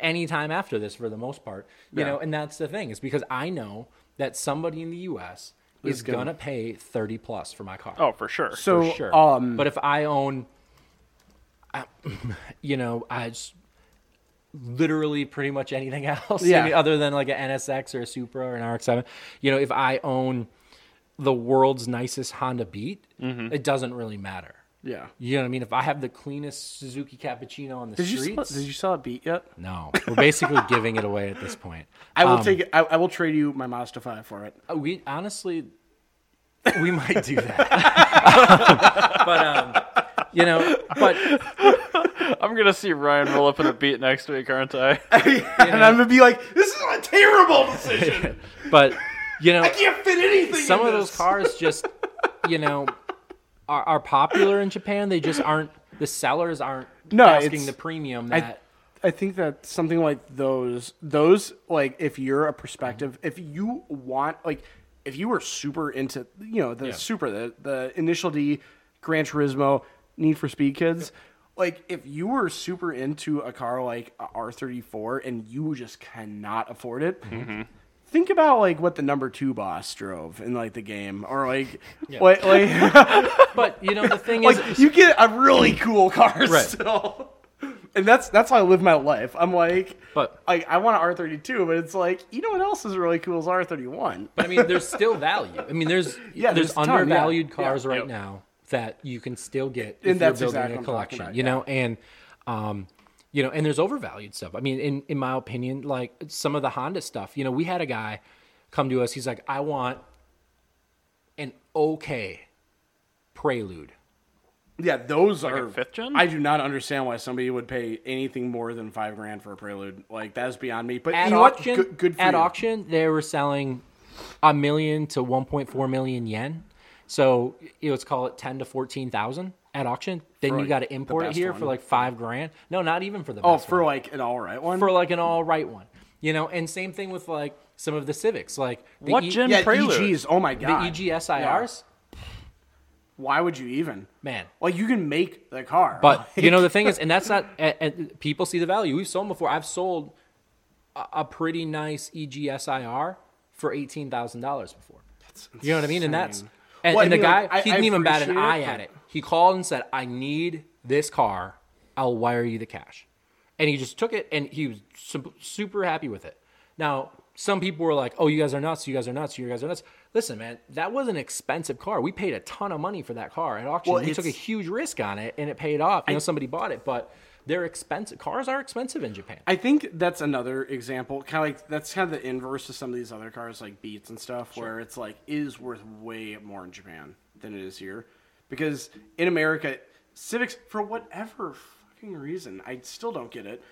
any time after this, for the most part. You know, and that's the thing is because I know that somebody in the U.S. is gonna- going to pay thirty plus for my car. Oh, for sure. So for sure. um, but if I own, I, you know, I s- literally pretty much anything else, I Yeah. mean, other than like an NSX or a Supra or an RX-7, you know, if Mm-hmm. I own the world's nicest Honda Beat, it doesn't really matter. Yeah. You know what I mean? If I have the cleanest Suzuki cappuccino on the Did you streets, split, did you sell a beat yet? Um, no, we're basically giving it away at this point. I will take it. I, I will trade you my Mazda five for it. Uh, We honestly, we might do that, but um, you know, but I'm gonna see Ryan roll up in a beat next week, aren't I? and I'm gonna be like, this is a terrible decision. but you know, I can't fit anything. some in of this. those cars just you know are, are popular in Japan. They just aren't the sellers aren't No, asking it's- the premium I- that. I think that something like those, those like if you're a perspective, if you want, like if you were super into, you know, the super the the initial D, Gran Turismo, Need for Speed kids, like if you were super into a car like a R34 and you just cannot afford it. Think about like what the number two boss drove in like the game, or like, like, like, but you know, the thing is, like you get a really cool car Right. still. And that's that's how I live my life. I'm like, but I, I want an R32, but it's like, you know what else is really cool is R31. but I mean, there's still value. I mean, there's Yeah, there's there's, a ton, yeah, undervalued yeah. cars right Yep. now that you can still get And if you're that's building exactly a what I'm talking collection. about, you know, and um, you know, and there's overvalued stuff. I mean, in in my opinion, like some of the Honda stuff. You know, we had a guy come to us. He's like, I want an okay Prelude. Yeah, those are a fifth gen? I do not understand why somebody would pay anything more than five grand for a Prelude. Like that's beyond me. But at you know auction, what? Good, good for at you. auction, they were selling a million to 1.4 million yen. So you know, let's call it 10 to 14,000 at auction. Then you like got to the import it best here for one. like five grand. No, not even for the Oh, best for one. like an all right one. for like an all right one, you know. And same thing with like some of the Civics, like the What E- gen- yeah, Prelude. EGs. Oh my the E god, EGSIRs, Why would you even? man. Like you can make the car, But you know the thing is, and that's not. And, and people see the value. We've sold before. I've sold a, a pretty nice E EGSIR for eighteen thousand dollars before. you know what I mean? And that's insane. and, Well, I and mean, the guy like, I- he I didn't even bat an appreciate eye it, at but- it. He called and said, "I need this car. I'll wire you the cash." And he just took it, and he was sup- super happy with it. Now, some people were like, "Oh, you guys are nuts! You guys are nuts! You guys are nuts!" Listen, man, that was an expensive car. We paid a ton of money for that car at auction. Well, we took a it's- huge risk on it, and it paid off. You know, somebody bought it, but they're expensive. Cars are expensive in Japan. I think that's another example. Kind of like that's kind of the inverse of some of these other cars, like Beats and stuff, where it's like is worth way more in Japan than it is here, because in America, Civics for whatever fucking reason, I still don't get it.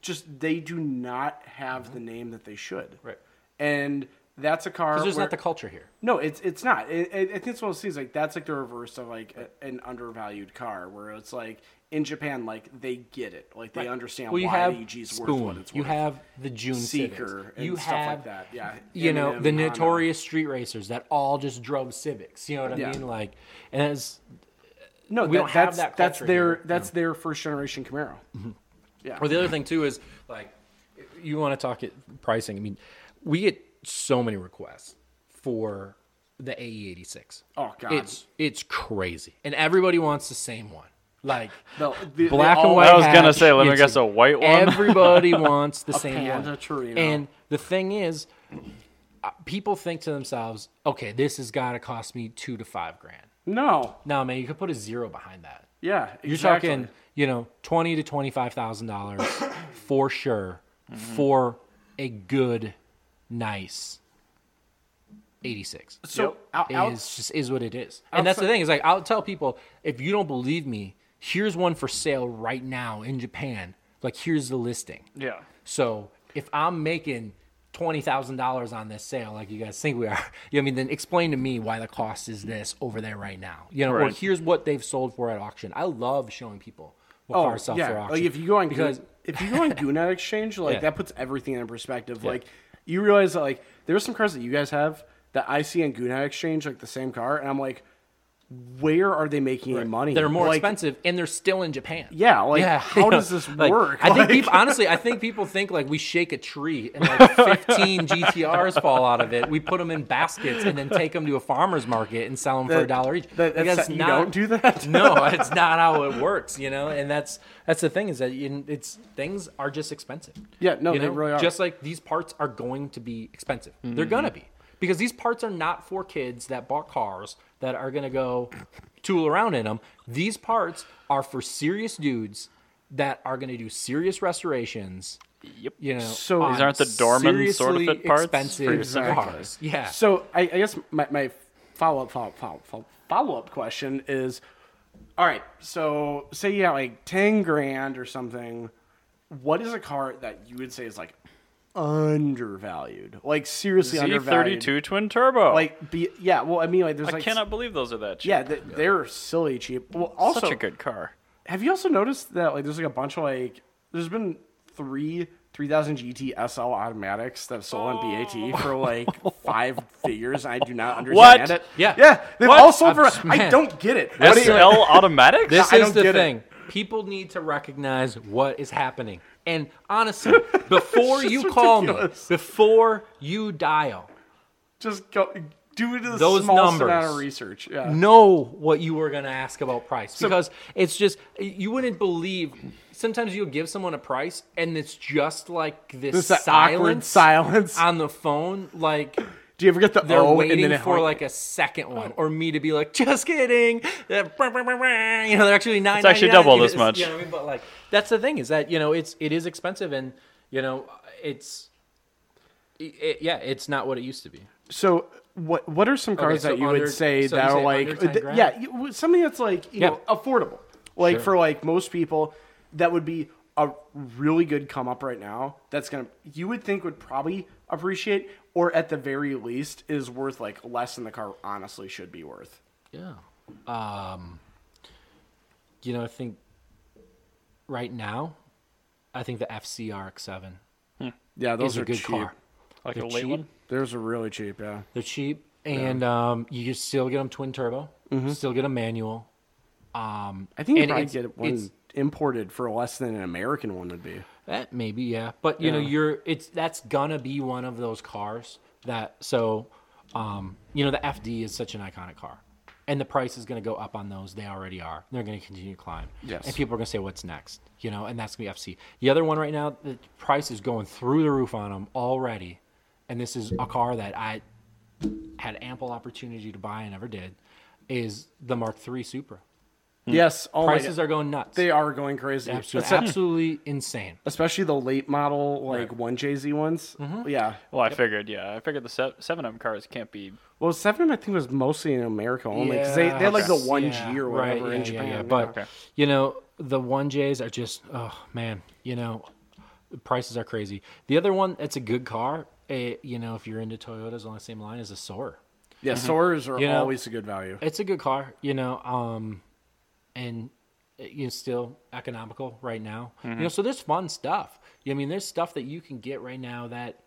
Just they do not have the name that they should. Mm-hmm. Right. And that's a car. There's where- not the culture here. no, it's it's not. I I I think it's one of those things like that's like the reverse of like a, an undervalued car, where it's like in Japan, like they get it, like they understand Well, you why have the EG's worth Spoon. what it's worth. You have the June Civics. Seeker and you stuff have, like that. Yeah, You know the Eminem, Honda. notorious street racers that all just drove Civics. You know what I Yeah. mean? Like, and it's No, we that, don't have that's, that That's culture their here. that's their first generation Camaro. Yeah, Or the other thing too is like, you want to talk it pricing. I mean, we get so many requests for the AE86. Oh, God. it's it's crazy, and everybody wants the same one. Like The- the- black they and all- white. I was gonna hatch, say, let me it's guess, a white one? Everybody wants the same Panda one. Torino. And the thing is, uh, people think to themselves, okay, this has got to cost me two to five grand. No, No, man, you could put a zero behind that. yeah, You're exactly. talking, you know, twenty to twenty five thousand dollars for sure Mm-hmm. for a good, nice eighty six. so Yep. out, out- Is just is what it is, and that's the outside- thing. Is like I'll tell people if you don't believe me, here's one for sale right now in Japan. Like here's the listing. yeah. So if I'm making twenty thousand dollars on this sale, like you guys think we are, you know, what I mean, then explain to me why the cost is this over there right now. You know, or Right. here's what they've sold for at auction. I love showing people what Oh, cars sell for auction. Like if you go on because because if you go on Goonad Exchange, like Yeah. that puts everything in perspective. Like you realize that like there are some cars that you guys have that I see on Goonad Exchange, like the same car, and I'm like, where are they making any money? they're more Like, expensive and they're still in Japan. Yeah, like, how you does this work? I think Like- people, honestly, I think people think like we shake a tree and like 15 GTRs fall out of it. We put them in baskets and then take them to a farmer's market and sell them for a That- dollar each. that- that's not- Because you don't do that? no, it's not how it works, you know. And that's that's the thing is that you- it's things are just expensive. Yeah, no, You they know? really are. Mm-hmm. Just like these parts are going to be expensive. They're gonna be because these parts are not for kids that bought cars that are gonna go tool around in them. These parts are for serious dudes that are gonna do serious restorations. Yep. You know, So- on These aren't the Dorman sort of seriously fit parts for expensive your second cars. Yeah. So I, I guess my, my follow up follow up follow up question is, all right. So say you got like ten grand or something. What is a car that you would say is like undervalued? Like seriously undervalued? Z32 twin turbo. Like be yeah. Well, I mean like there's I like cannot believe those are that cheap. yeah they, they're silly cheap. Well, also such a good car. have you also noticed that like there's like a bunch of like there's been three 3000 GT SL automatics that have sold on Oh. BAT for like five figures. I do not understand What? it. Yeah. yeah, they've What? all sold for. I'm- I man. don't get it. What SL do you- automatic. This I is don't the get it. thing. People need to recognize what is happening. And honestly, before you call ridiculous. me, before you dial, just go do the Those smallest amount numbers. of research. Yeah. know what you were going to ask about price because it's just you wouldn't believe. Sometimes you'll give someone a price and it's just like this, This silence, awkward silence. on the phone, like. do you ever get the Uh, They're O and waiting then it for hung- like a second one, or me to be like, "Just kidding." You know, they're actually nine. It's actually double this much. You know what I mean? But like, that's the thing is that you know it's it is expensive, and you know it's it, it- yeah, it's not what it used to be. So what what are some cars so that you under- would say so you that are say like under 10 th- grand? yeah you- something that's like you Yeah. know affordable like for like most people that would be a really good come up right now that's gonna you would think would probably appreciate or at the very least is worth like less than the car honestly should be worth Yeah. Um. You know, I think right now, I think the FCRX7 yeah is a good car. like They're a late cheap. one. those are really cheap yeah Mm-hmm. They're cheap, and um, you can still get them twin turbo, still get a manual. Um, I think you and probably it's- get one it's- imported for less than an American one would be That maybe, yeah. But you know, you're it's that's gonna be one of those cars that so um you know the FD is such an iconic car. And the price is gonna go up on those. They already are. They're gonna continue to climb. Yes. And people are gonna say what's next? You know, and that's gonna be FC. The other one right now, the price is going through the roof on them already. And this is a car that I had ample opportunity to buy and never did, is the Mark III Supra. yes all Hmm. Prices are going nuts. Oh, they are going crazy absolutely, absolutely insane. especially the late model like one JZ ones. Mm-hmm. Yeah. Well, I figured, yeah, I figured the seven M cars can't be. Well, seven I think was mostly in America only 'cause they, Yeah. they had like the Okay. one Yeah, G or right, whatever yeah, in yeah, Japan. yeah. yeah. But Okay. you know, the one J's are just oh man, you know, the prices are crazy. The other one, it's a good car. eh, you know, if you're into Toyotas along the same line, is a Soar. yeah, Soars are mm-hmm. You know- always a good value. It's a good car. You know, um, and eh, you know, still economical right now. You know, so there's fun stuff. I mean, there's stuff that you can get right now that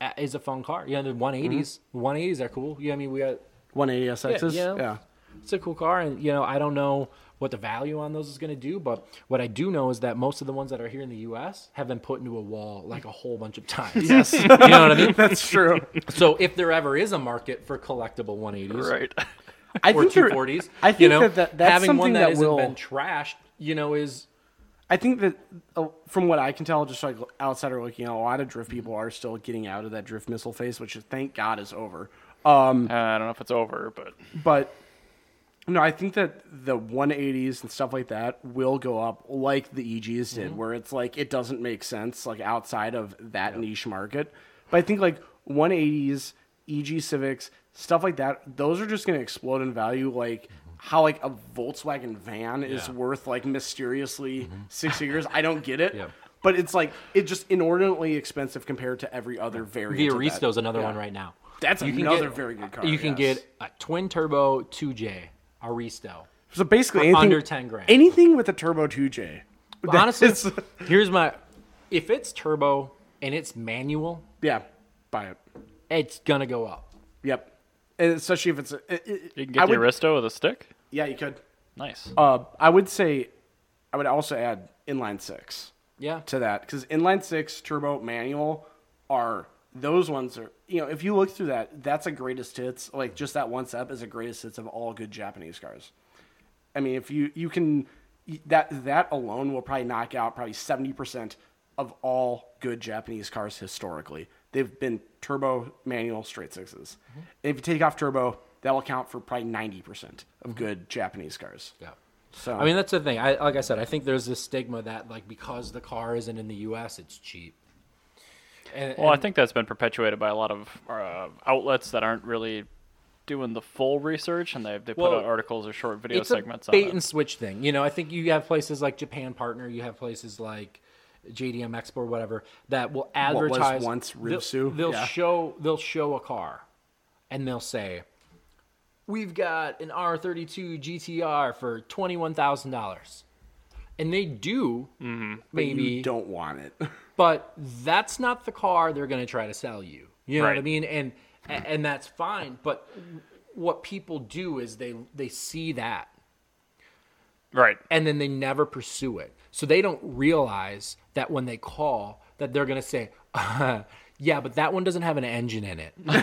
eh, is a fun car. You know, the 180s, 180s are cool. You know, I mean, we got One eighty SXs. you Yeah, know? it's a cool car and you know i don't know what the value on those is going to do but what i do know is that most of the ones that are here in the us have been put into a wall like a whole bunch of times Yes, you know what i mean that's true. so if there ever is a market for collectible 180s Right. I or think there- 240s I think you know that, that that's having something one that that will. been trashed you know is I think that uh, from what I can tell, just like outsider looking, a lot of drift people are still getting out of that drift missile phase, which is, thank God is over. Um, Uh, I don't know if it's over, but but no, I think that the 180s and stuff like that will go up like the EGs Mm-hmm. did, where it's like it doesn't make sense like outside of that niche market. But I think like 180s, EG Civics, stuff like that, those are just going to explode in value. Like how like a Volkswagen van is Mm-hmm. Yeah. Mm-hmm. worth like mysteriously six figures. I don't get it. Yeah. But it's like it's just inordinately expensive compared to every other variant. the of that. aristo's another Yeah. one right now That's You can another get- very good car. you can yes. get a twin turbo 2j aristo So basically, For anything, under 10 grand. Anything with a turbo 2J. But honestly, That's- here's my if it's turbo and it's manual, yeah, buy it. it's gonna go up. Yep. And especially if it's a, it- it- you can get I the would, Aristo with a stick. Yeah, you could. Nice. Uh, I would say, I would also add inline six Yeah. to that because inline six turbo manual are those ones are you know if you look through that that's a greatest hits like just that one step is a greatest hits of all good Japanese cars. I mean, if you you can that that alone will probably knock out probably seventy percent of all good Japanese cars historically. They've been turbo manual straight 6s And if you take off turbo, that will count for probably ninety percent of good Japanese cars. Yeah. So I mean, that's the thing. I like I said, I think there's this stigma that like because the car isn't in the U.S., it's cheap. And, Well, I think that's been perpetuated by a lot of uh, outlets that aren't really doing the full research, and they they put Well, out articles or short video it's segments a on bait it. and switch thing. You know, I think you have places like Japan Partner, you have places like JDM Expo or whatever that will was advertise once they'll- Rimsu, They'll, yeah. show they'll show a car, and they'll say, "We've got an R32 GTR for twenty one thousand dollars," and they do Mm-hmm. maybe you don't want it. but that's not the car they're going to try to sell you. You know what I Right. mean? And and that's fine. But what people do is they they see that Right. and then they never pursue it. So they don't realize that when they call that they're going to say. yeah, but that one doesn't have an engine in it. So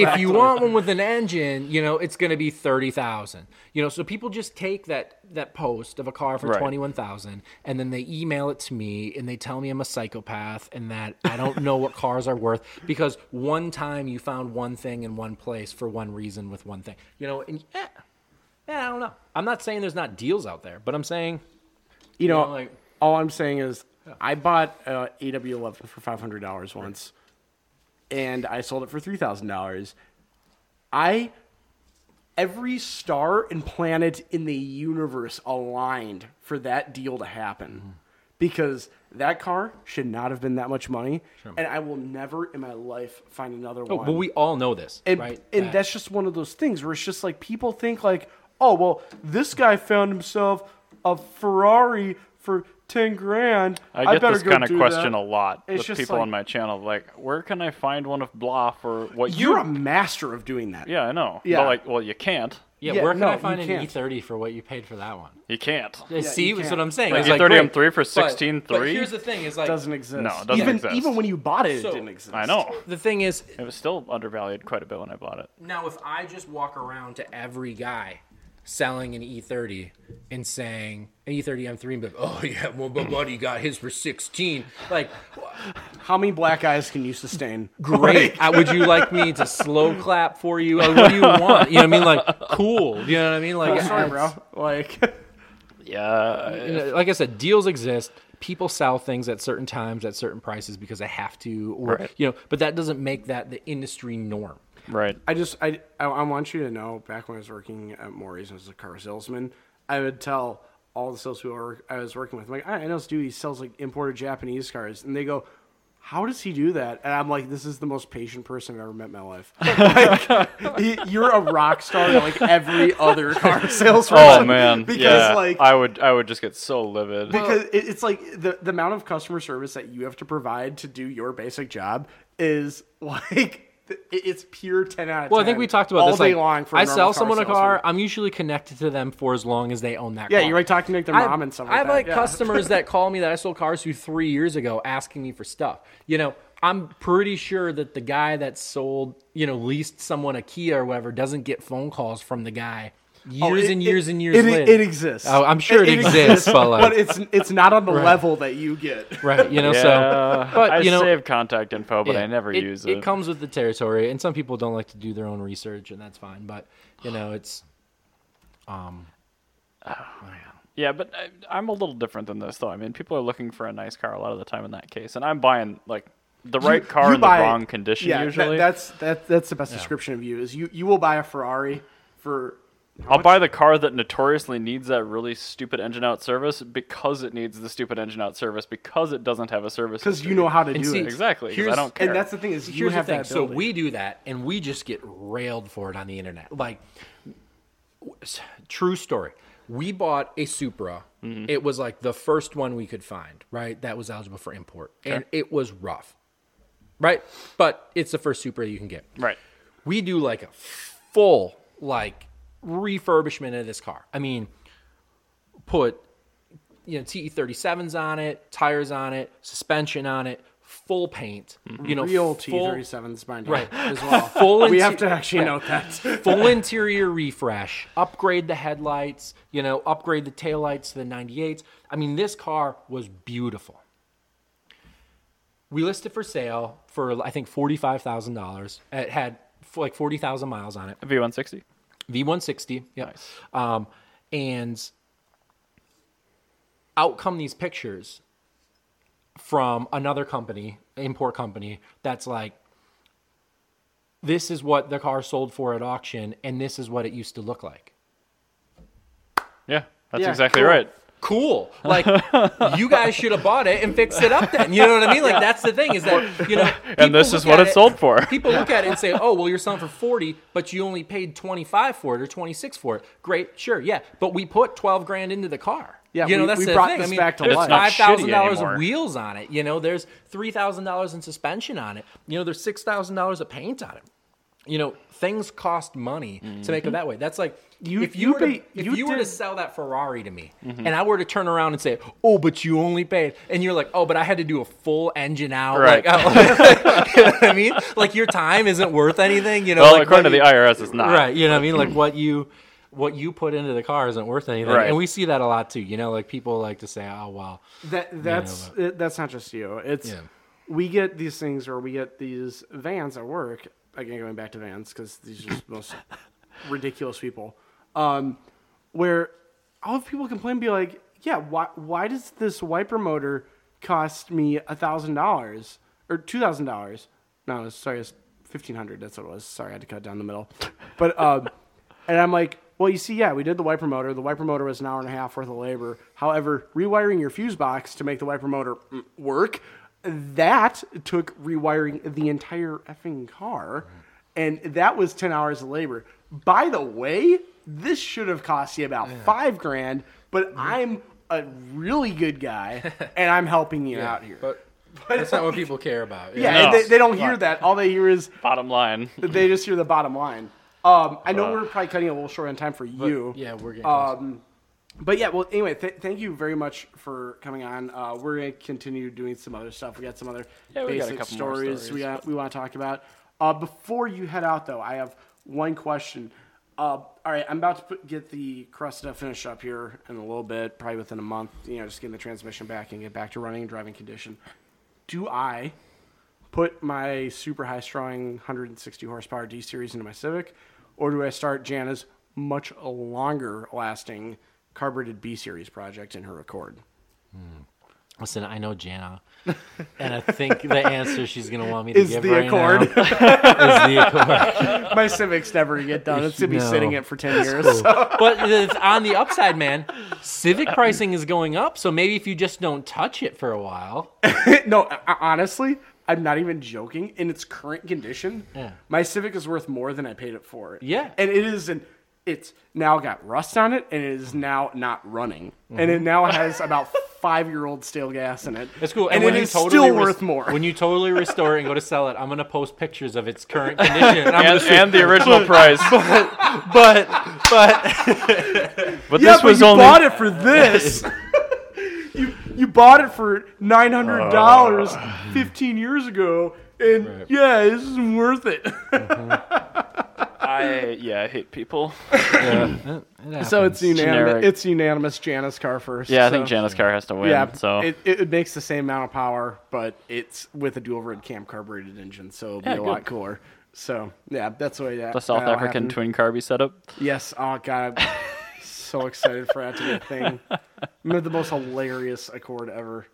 if you want one with an engine, you know it's going to be thirty thousand. You know, so people just take that that post of a car for Right. twenty one thousand, and then they email it to me, and they tell me I'm a psychopath and that I don't know what cars are worth because one time you found one thing in one place for one reason with one thing. You know, and eh, yeah, yeah, I don't know. I'm not saying there's not deals out there, but I'm saying You know, know, like- all I'm saying is I bought uh, AW11 for five hundred dollars once, and I sold it for three thousand dollars. I every star and planet in the universe aligned for that deal to happen. Mm. Because that car should not have been that much money, and I will never in my life find another one. well, we all know this, And, right? and That- that's just one of those things where it's just like people think like, oh well, this guy found himself a Ferrari for ten grand. I get better this go kind of do question a that." lot It's with just people like- on my channel. Like, where can I find one of blah for what you? You're a master of doing that. Yeah, I know. Yeah. But like, well, you can't. yeah, yeah, where can no, I you find an can't. E30 for what you paid for that one? You can't. Yeah, See, you that's can't. what I'm saying. Like, It's E30 great, M3 for but- 16 But, three? here's the thing: is like doesn't exist. No, it doesn't even, exist. Even when you bought it, So- it didn't exist. I know. the thing is It was still undervalued quite a bit when I bought it. now if I just walk around to every guy selling an E30 and saying an E E30 M3 and be like, oh yeah, well my buddy got his for 16, like How many black eyes can you sustain? great. Uh, would you like me to slow clap for you? Like, what do you want? You know what I mean? Like cool. You know what I mean? Like Sorry, it's- bro. Like, Yeah. you know, like I said, deals exist. People sell things at certain times at certain prices because they have to, or Right. you know. But that doesn't make that the industry norm. Right. I just I, I I want you to know. Back when I was working at Maury's and I was a car salesman, I would tell all the salespeople I work- I was working with, I'm like, "Ah, I know this dude. He sells like imported Japanese cars, and they go. How does he do that? And I'm like, this is the most patient person I've ever met in my life. Like, he- you're a rock star, like every other car Oh salesperson. man. because yeah. like I would. I would just get so livid. because it, it's like the, the amount of customer service that you have to provide to do your basic job is like it- it's pure 10 out of 10 Well, I think we talked about all this. day like, long for a I normal sell car someone a salesman. car. I'm usually connected to them for as long as they own that yeah car. you're like talking to like their I- mom and something like I have that. like Yeah. customers that call me that I sold cars to three years ago asking me for stuff. You know, I'm pretty sure that the guy that sold, you know, leased someone a Kia or whatever doesn't get phone calls from the guy years Oh, it- and it- years and years it, later. it exists Oh, I'm sure it, exists, but like, it's it's not on the level that you get right, you know, yeah. so but you know, I save contact info, but yeah, I never it, use It comes with the territory, and some people don't like to do their own research, and that's fine. But you know, it's Yeah, but I, I'm a little different than this, though. I mean, people are looking for a nice car a lot of the time in that case, and I'm buying like the right car you in buy- the wrong condition yeah that- usually. that's that that's the best description of you is you you will buy a ferrari for I'll buy the car that notoriously needs that really stupid engine out service because it needs the stupid engine out service because it doesn't have a service. because you history. know how to And do see, it exactly. 'cause I Here's- don't care. and that's the thing is you here's have the thing. that So ability. we do that, and we just get railed for it on the internet. Like, w- s- true story. We bought a Supra. Mm-hmm. It was like the first one we could find, right? That was eligible for import, and it was rough, right? But it's the first Supra you can get. right. We do like a full like refurbishment of this car. I mean, put you know TE thirty sevens on it, tires on it, suspension on it, full paint. You know, real full- T37s, mind you, Right. As well, Full we inter- have to actually note that. full interior refresh, upgrade the headlights, you know, upgrade the taillights to the 98s. I mean, this car was beautiful. We listed for sale for I think $45,000. It had f- like 40,000 miles on it. V160. V160. Yeah. Nice. Um, and out come these pictures from another company, import company, that's like, this is what the car sold for at auction, and this is what it used to look like. Yeah, that's Yeah, exactly cool. right. Cool. Like you guys should have bought it and fixed it up then. You know what I mean? Like that's the thing is that you know people And this is look what at it sold for. People look at it and say, "Oh, well, you're selling for 40, but you only paid 25 for it or 26 for it." Great, sure, yeah, but we put 12 grand into the car. Yeah, you know we- that's we the brought thing. this I mean, back to there's life. five It's not shitty thousand dollars anymore. of wheels on it. You know, there's three thousand dollars in suspension on it. You know, there's six thousand dollars of paint on it. You know, things cost money to Mm-hmm. make it that way. That's like You- if you you, were, ba- to, if you you were to did- sell that Ferrari to me Mm-hmm. and I were to turn around and say, "Oh, but you only paid," and you're like, "Oh, but I had to do a full engine out," Right. like, I- you know what I mean, like your time isn't worth anything, you know. Well, like, according to what the you- IRS, it's not. right, you know what I mean, like what you what you put into the car isn't worth anything, Right. and we see that a lot too. You know, like people like to say, "Oh, well, That that's it- that's not just you. It's Yeah. we get these things or we get these vans at work. Again, going back to vans because these are the most ridiculous people. Um, where all of people complain, and be like, yeah, why why does this wiper motor cost me a thousand dollars or two thousand dollars? No, it's- sorry, it's fifteen hundred. That's what it was. Sorry, I had to cut down the middle. But um, and I'm like, well, you see, yeah, we did the wiper motor. The wiper motor was an hour and a half worth of labor. However, rewiring your fuse box to make the wiper motor mm, work, that took rewiring the entire effing car. And that was 10 hours of labor. By the way, this should have cost you about five grand, but I'm a really good guy and I'm helping you out here. But that's not what people care about. yeah, No. and they, they don't hear that. All they hear is Bottom line. they just hear the bottom line. Um, I know we're probably cutting a little short on time for you. yeah, we're getting Um, but yeah, well, anyway, th- thank you very much for coming on. Uh, we're gonna continue doing some other stuff. We got some other Yeah, we got a basic couple more stories, stories, we got, we want to talk about. Uh, before you head out, though, I have one question. Uh, all right, I'm about to put, get the Cresta finish up here in a little bit, probably within a month. You know, just getting the transmission back and get back to running and driving condition. Do I put my super high strong 160 horsepower D series into my Civic, or do I start Jana's much longer lasting carbureted B series project in her Accord? Listen, I know Jana, and I think the answer she's gonna want me to Is give the right Accord. now is the Accord. my Civic's never gonna get done. It's gonna be No. sitting it for 10 years. but it's on the upside, man. Uh, Civic pricing is going up, so maybe if you just don't touch it for a while, no, I- I- honestly, I'm not even joking. In its current condition, my Civic is worth more than I paid it for. Yeah. and it is an. It's now got rust on it, and it is now not running, Mm-hmm. and it now has about five year old stale gas in it. it's cool. and, when it you is totally still res- worth more. When you totally restore it and go to sell it, I'm gonna post pictures of its current condition. And I'm And, gonna say, and the original price. but but But yeah, this but was you only. bought it for this. you you bought it for nine hundred dollars fifteen years ago, and yeah, this isn't worth it. I, yeah, I hate people. so it's unanimous. Generic. It's unanimous. Janice car first. Yeah, I so- think Janice Carr has to win. Yeah, so it, it it makes the same amount of power, but it's with a dual red cam carbureted engine, so it'll be Yeah, a good. lot cooler. So yeah, that's the way that the South that'll African twin happen. carby setup. Yes. Oh god, I'm so excited for that to be a thing. Made the most hilarious Accord ever.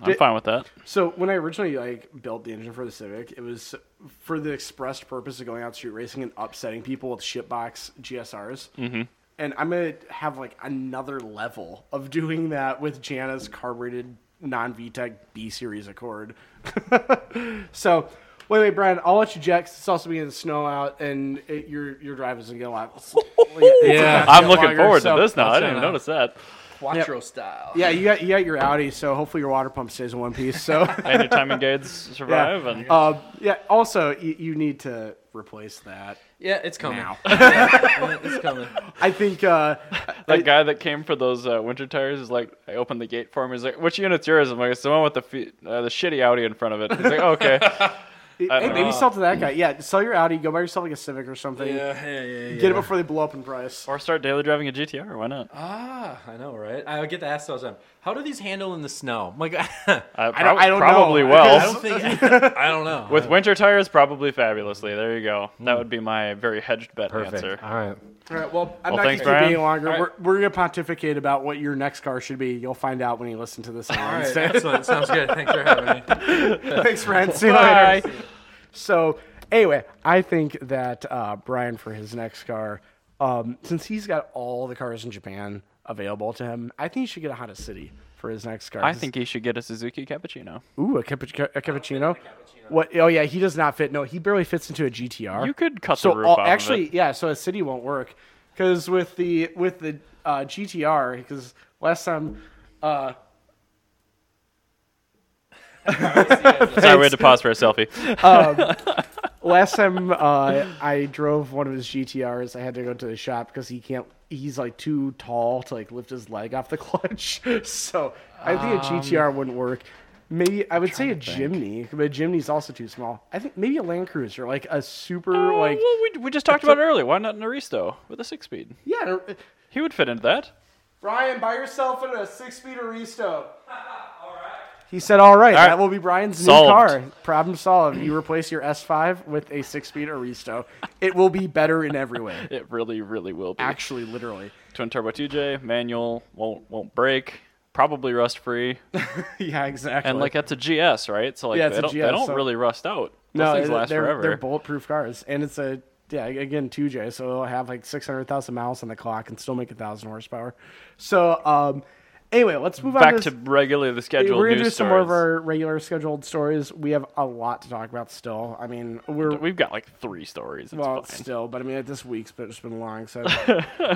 I'm fine with that. So when I originally like built the engine for the Civic, it was for the express purpose of going out street racing and upsetting people with shitbox GSRs. Mm-hmm. And I'm gonna have like another level of doing that with Jana's carbureted non VTEC B series Accord. so. Wait, wait, Brian. I'll let you jet 'cause it's also beginning to snow out, and it, your your drive isn't gonna last. Yeah. I'm looking longer, forward so- to this now. I That's didn't even enough. notice that. Quattro style. Yeah, you got you got your Audi, so hopefully your water pump stays in one piece. So And your timing gates survive. yeah. And Um, yeah. Also, you, you need to replace that Yeah, it's coming. now. it's coming. I think. Uh, that guy that came for those uh, winter tires is like, I opened the gate for him. He's like, "Which unit's yours?" I'm like, "It's the one with the fe- uh, the shitty Audi in front of it." He's like, "Okay." I Hey, don't maybe know. sell to that guy. Yeah, sell your Audi. Go buy yourself like a Civic or something. yeah, yeah. Get it before they blow up in price. Or start daily driving a GTR. Why not? Ah, I know, right? I get asked all the time. How do these handle in the snow? I'm like, I, Uh, I don't- I don't know. probably I well. don't think. I don't know. With winter tires, probably fabulously. There you go. That would be my very hedged bet answer. All right. All right. Well, I'm Well, thanks, not going to Brian. keep you any longer. All We're, right. we're going to pontificate about what your next car should be. You'll find out when you listen to this. on All right. Wednesday. Excellent. Sounds good. Thanks for having me. Thanks, Ryan. See you Bye. later. So, anyway, I think that uh, Brian for his next car, um, since he's got all the cars in Japan available to him, I think he should get a Honda City for his next car. I think he should get a Suzuki cappuccino. Ooh, a, cappuc- a cappuccino. What? Oh yeah, he does not fit. No, he barely fits into a GTR. You could cut so the roof all- off of actually, it. yeah. So a city won't work because with the with the uh, GTR because last time. Uh, Sorry, we had to pause for a selfie. Last time uh, I drove one of his GTRs, I had to go to the shop because he can't. He's like too tall to like lift his leg off the clutch. So I think Um. a GTR wouldn't work. Maybe I would say a Jimny, but a Jimny's also too small. I think maybe a Land Cruiser, like a super like well, we, we just talked about it earlier. Why not an Aristo with a six speed? yeah. He would fit into that. Brian, buy yourself in a six feet Aristo. all right. He said, "All right, All right. that will be Brian's Solved. new car. Problem solved. You replace your S5 with a six-speed Aristo. It will be better in every way." It really, really will be. actually literally Twin turbo TJ, manual, won't won't break, probably rust free, yeah exactly and like that's a GS, right? So like Yeah, it's they, a don't, they GS, don't so- really rust out. Those no things they're, last they're, forever. they're bulletproof cars and it's a yeah again 2j so it'll have like 600000 miles on the clock and still make a thousand horsepower so um anyway let's move on Back this- to regularly the scheduled we're gonna news do some more of stories. our regular scheduled stories we have a lot to talk about still i mean we're We've got like three stories. It's well, fine. still, but I mean, this week's but it's been long, so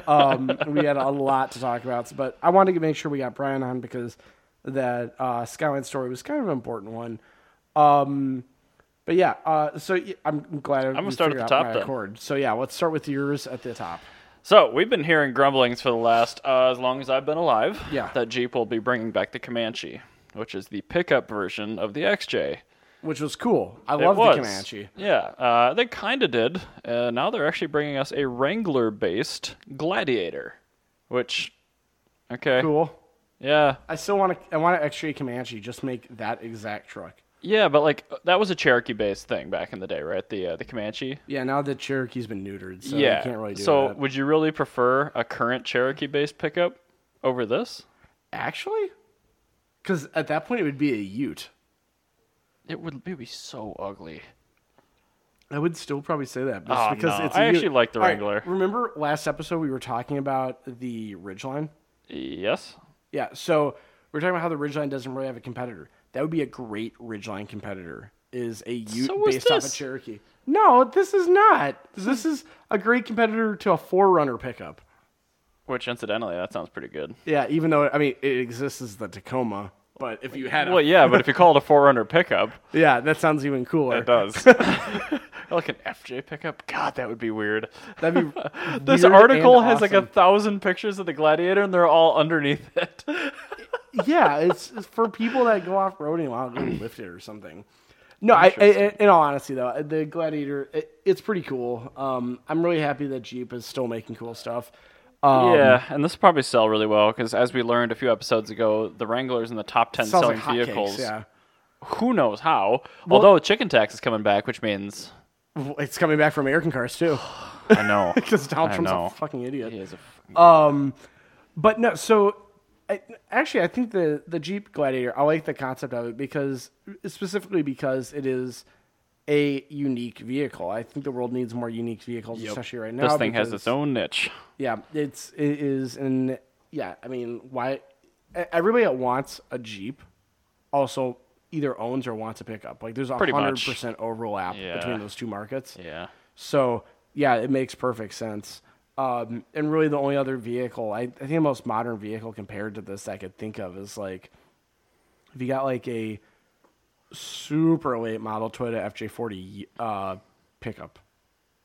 um, we had a lot to talk about. But I wanted to make sure we got Brian on because that uh, Skyline story was kind of an important one. Um, but yeah, uh, so y- I'm glad I'm gonna start at the top, then. Accord. So yeah, let's start with yours at the top. So we've been hearing grumblings for the last uh, as long as I've been alive. Yeah. That Jeep will be bringing back the Comanche, which is the pickup version of the XJ. Which was cool. I It love was. the Comanche. Yeah, uh, they kind of did. Uh, now they're actually bringing us a Wrangler-based Gladiator, which, okay, Cool. yeah, I still want to. I want an extra Comanche. Just make that exact truck. yeah, but like that was a Cherokee-based thing back in the day, right? The uh, the Comanche. Yeah. Now the Cherokee's been neutered, so yeah. you can't really do so that. would you really prefer a current Cherokee-based pickup over this? Actually, because at that point it would be a Ute. It would, it would be so ugly. I would still probably say that just Oh, because no. it's. a I Ute. actually like the All right, Wrangler. remember last episode we were talking about the Ridgeline. Yes. Yeah, so we are talking about how the Ridgeline doesn't really have a competitor. That would be a great Ridgeline competitor. Is a Ute So is based off this. a Cherokee? No, this is not. This is a great competitor to a Forerunner pickup. Which, incidentally, that sounds pretty good. Yeah, even though I mean it exists as the Tacoma, but if you had, a, Well, yeah, but if you call it a 400 pickup, yeah, that sounds even cooler. it does. like an FJ pickup? God, that would be weird. That'd be This weird article and has like a awesome. thousand pictures of the Gladiator, and they're all underneath it. yeah, it's, it's for people that go off roading while they lift it or something. No, I, I, in all honesty though, the Gladiator it, it's pretty cool. Um, I'm really happy that Jeep is still making cool stuff. Um, yeah, and this will probably sell really well because, as we learned a few episodes ago, the Wrangler's in the top 10 sells selling like hotcakes, vehicles. Yeah, Who knows how? Although Chicken Tax is coming back, which means. Well, it's coming back from American cars too I know. because Donald I Trump's know. a fucking idiot. He is a f- Um, But no, so I, actually, I think the the Jeep Gladiator. I like the concept of it because specifically because it is a unique vehicle. I think the world needs more unique vehicles, especially right now. this thing has because- its own niche. Yeah, it's it is and yeah. I mean, why e- everybody that wants a Jeep also either owns or wants a pickup. Like there's a Pretty hundred much. percent overlap Yeah. between those two markets. Yeah. So yeah, it makes perfect sense. Um, and really, the only other vehicle I, I think the most modern vehicle compared to this I could think of is like if you got like a super late model Toyota FJ40 uh, pickup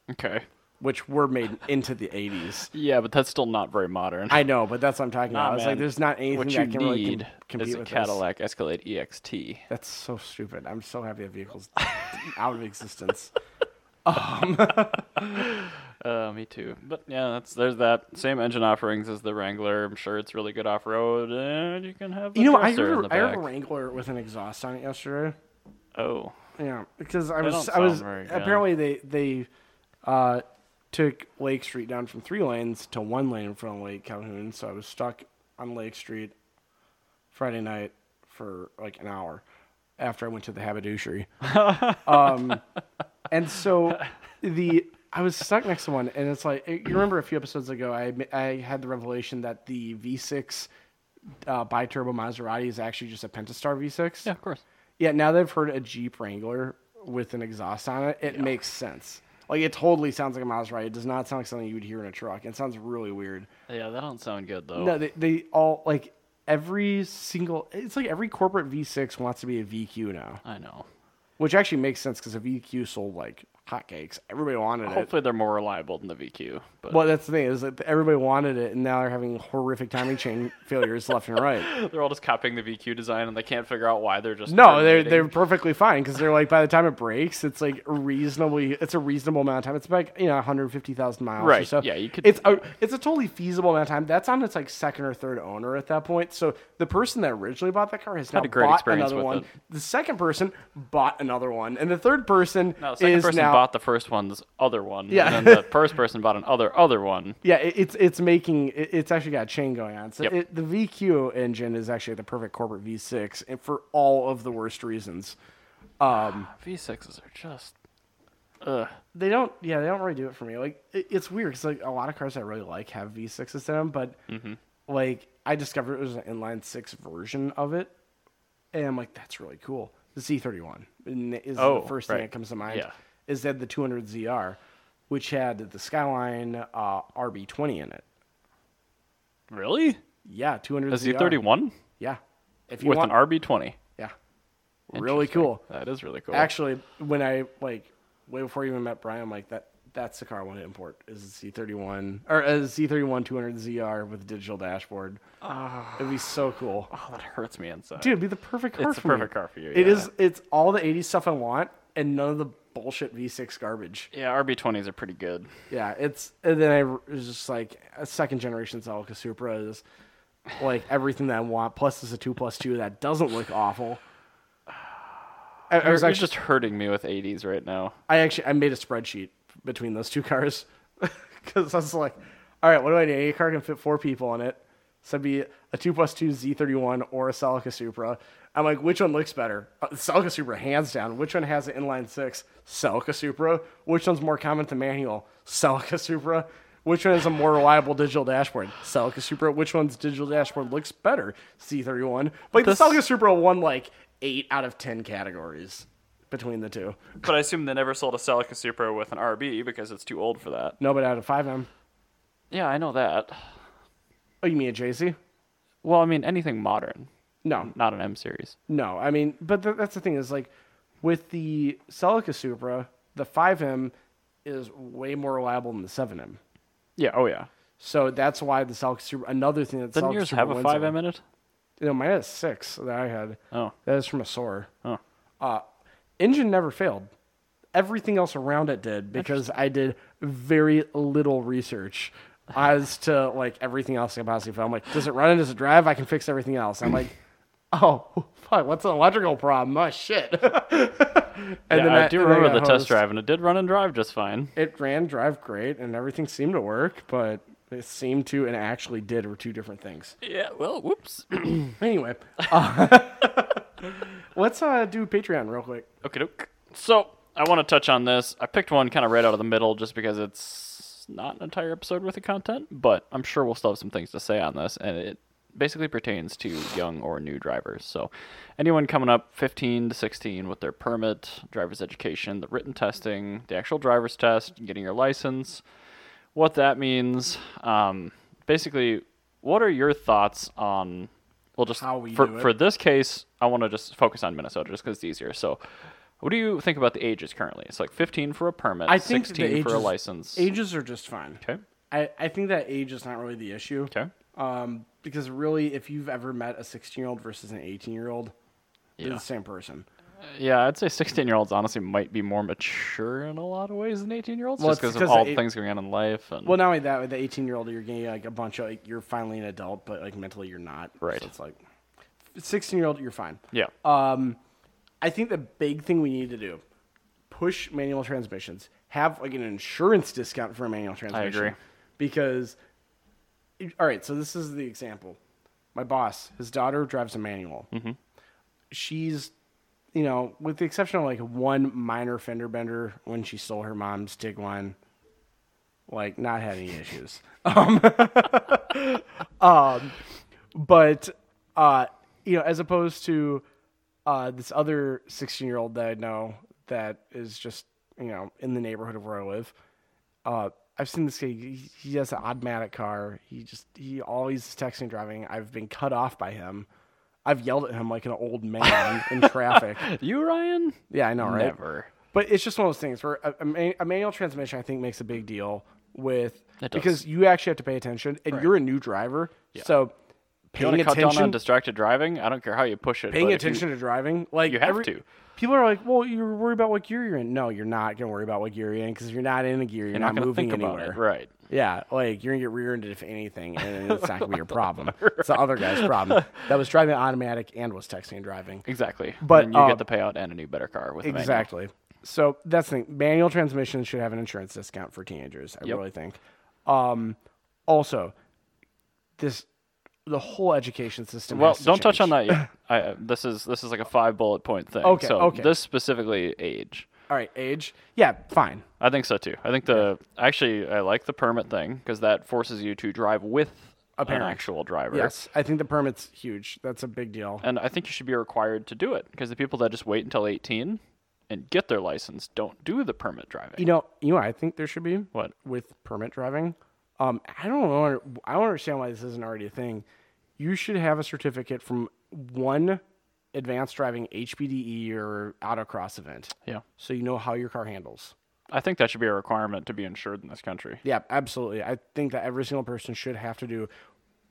Okay. which were made into the 80s. Yeah, but that's still not very modern. I know, but that's what I'm talking Nah, about. It's like man. there's not anything what you that can really need com- compete is a with this. Cadillac Escalade E EXT. That's so stupid. I'm so happy that vehicle's out of existence. Uh, me too. But yeah, that's there's that same engine offerings as the Wrangler. I'm sure it's really good off road, and you can have the You know, I dresser in heard, the I heard a back. Wrangler with an exhaust on it yesterday. oh, Yeah, because I They was don't I was sound very good. apparently they they uh, took Lake Street down from three lanes to one lane in front of Lake Calhoun, so I was stuck on Lake Street Friday night for like an hour after I went to the haberdashery. um, and so the I was stuck next to one, and it's like eh, you remember a few episodes ago, I admi- I had the revelation that the V6 uh, bi-turbo Maserati is actually just a Pentastar V6. yeah, of course. Yeah, now that I've heard a Jeep Wrangler with an exhaust on it, it makes sense. Like it totally sounds like a Maserati. It does not sound like something you would hear in a truck. It sounds really weird. Yeah, that don't sound good though. No, they, they all like every single. It's like every corporate V6 wants to be a VQ now, I know. which actually makes sense because a VQ sold like hotcakes. Everybody wanted it. Hopefully, they're more reliable than the VQ. But Well, that's the thing is that everybody wanted it, and now they're having horrific timing chain failures left and right. they're all just copying the VQ design, and they can't figure out why they're just No, they're terminating. they're perfectly fine because they're like by the time it breaks, it's like reasonably, it's a reasonable amount of time. It's like you know 150,000 miles, Or Right, so yeah, you could- It's a it's a totally feasible amount of time. That's on its like second or third owner at that point. So the person that originally bought that car has now a great bought experience another with one. it. The second person bought another one, and the third person No, the second is person now bought the first one's other one. Yeah. And then the first person bought an other other one. Yeah, it, it's it's making it, it's actually got a chain going on. So Yep. it, the VQ engine is actually the perfect corporate V6, and for all of the worst reasons. V6s are just. Ugh. they don't yeah they don't really do it for me like it, it's weird because like a lot of cars i really like have v6s in them but like i discovered it was an inline six version of it and i'm like that's really cool the z31 and it is Oh, the first thing right. that comes to mind Yeah. is that the 200zr which had the skyline uh, rb20 in it Really? yeah 200 A Z31 yeah if with an RB20. yeah really cool That is really cool. Actually, when I like way before you even met Brian, I'm like that. That's the car I want to import. Is a C31 or a C31 200ZR with digital dashboard. Ah. It'd be so cool, oh, that hurts me inside. dude. It'd be the perfect car. It's the for me. perfect car for you, It yeah. is. It's all the '80s stuff I want, and none of the bullshit V6 garbage. Yeah, RB20s are pretty good. Yeah, it's. And then I was just like a second generation Celica Supra is like everything that I want. Plus, it's a two plus two that doesn't look awful. I, I was You're actually just hurting me with 80s right now. I actually I made a spreadsheet between those two cars because I was like, all right, what do I need? A car can fit four people in it, so it'd be a two plus two Z31 or a Celica Supra. I'm like, which one looks better? Uh, Celica Supra, hands down. Which one has an inline six? Celica Supra. Which one's more common to manual? Celica Supra. Which one is a more reliable digital dashboard? Celica Supra. Which one's digital dashboard looks better? C31. But like, the This- Celica Supra won like eight out of ten categories between the two. But I assume they never sold a Celica Supra with an RB because it's too old for that. No, but out of five M. Yeah, I know that. Oh, you mean a JC? Well, I mean, anything modern, No, not an M series. no. I mean, but th- that's the thing is like with the Celica Supra, the five M is way more reliable than the seven M. Yeah, oh yeah. So that's why the Celica Supra. Another thing that the Didn't Celica yours Supra have a wins 5M on- in it? No, mine has six that I had. Oh. That is from a Soar. Oh. Uh, engine never failed. Everything else around it did because I did very little research as to like everything else I could possibly fail. I'm like, does it run? Does it drive? I can fix everything else. I'm like, oh fuck, what's an electrical problem? Oh shit. and Yeah, I, do and then remember got the test hosed. drive, and it did run and drive just fine. It ran drive great, and everything seemed to work, but it seemed to and actually did were two different things. Yeah, well, whoops. Anyway, uh, let's uh, do Patreon real quick. Okay, doke. So I want to touch on this. I picked one kind of right out of the middle just because it's not an entire episode worth of content, but I'm sure we'll still have some things to say on this, and it basically pertains to young or new drivers. So anyone coming up 15 to 16 with their permit, driver's education, the written testing, the actual driver's test, getting your license, what that means. Um, basically, what are your thoughts on? Well, just How we for do it. for this case, I want to just focus on Minnesota just because it's easier. So, What do you think about the ages currently? It's like 15 for a permit, I think that the 16 for a ages- license. Ages are just fine. Okay. I, I think that age is not really the issue. Okay. Um, because really, if you've ever met a 16 year old versus an 18 year old, they're Yeah. the same person. Uh, Yeah, I'd say 16 year olds honestly might be more mature in a lot of ways than 18 year olds Well, just it's because of 'cause all the the eight- things going on in life. And, Well, not only that, with the 18 year old, you're getting like a bunch of, like, you're finally an adult, but like mentally you're not. Right. So it's like 16 year old, you're fine. yeah. Um, I think the big thing we need to do push manual transmissions. Have like an insurance discount for a manual transmission. agree. Because, all right, so this is the example. My boss, his daughter drives a manual. She's, you know, with the exception of like one minor fender bender when she stole her mom's Tiguan, like not had any issues. but uh you know as opposed to uh this other 16 year old that i know that is just you know in the neighborhood of where i live uh i've seen this guy he, he has an automatic car he just he always is texting and driving i've been cut off by him i've yelled at him like an old man in traffic You, Ryan? yeah i know right Never. but it's just one of those things where a, a, man- a manual transmission, I think, makes a big deal with It does. because you actually have to pay attention, and you're a new driver, so You want paying to cut down on attention, distracted driving? I don't care how you push it. paying but if you- attention to driving, like you have to. People are like, "Well, you're worried about what gear you're in." No, you're not going to worry about what gear you're in because if you're not in a gear, you're, You're not, not, going to moving think about anywhere. it. Right. Yeah, like you're gonna get rear-ended if anything, and it's not gonna be your problem. It's the other guy's problem that was driving automatic and was texting and driving. Exactly. But, and you uh, get the payout and a new better car with the manual. Exactly. So that's the thing. Manual transmissions should have an insurance discount for teenagers. I Yep. really think. Um, also, this the whole education system. Well, has to don't touch on change. that yet. I, uh, this is this is like a five bullet point thing. Okay, So okay. this specifically age. All right, age. Yeah, fine. I think so too. I think the actually I like the permit thing because that forces you to drive with an parent. actual driver. Yes, I think the permit's huge. That's a big deal. And I think you should be required to do it because the people that just wait until 18 and get their license don't do the permit driving. You know, you know, what I think there should be What? with permit driving. Um, I don't know. I don't understand why this isn't already a thing. You should have a certificate from one advanced driving HPDE E or autocross event. Yeah. so you know how your car handles. I think that should be a requirement to be insured in this country. Yeah, absolutely. I think that every single person should have to do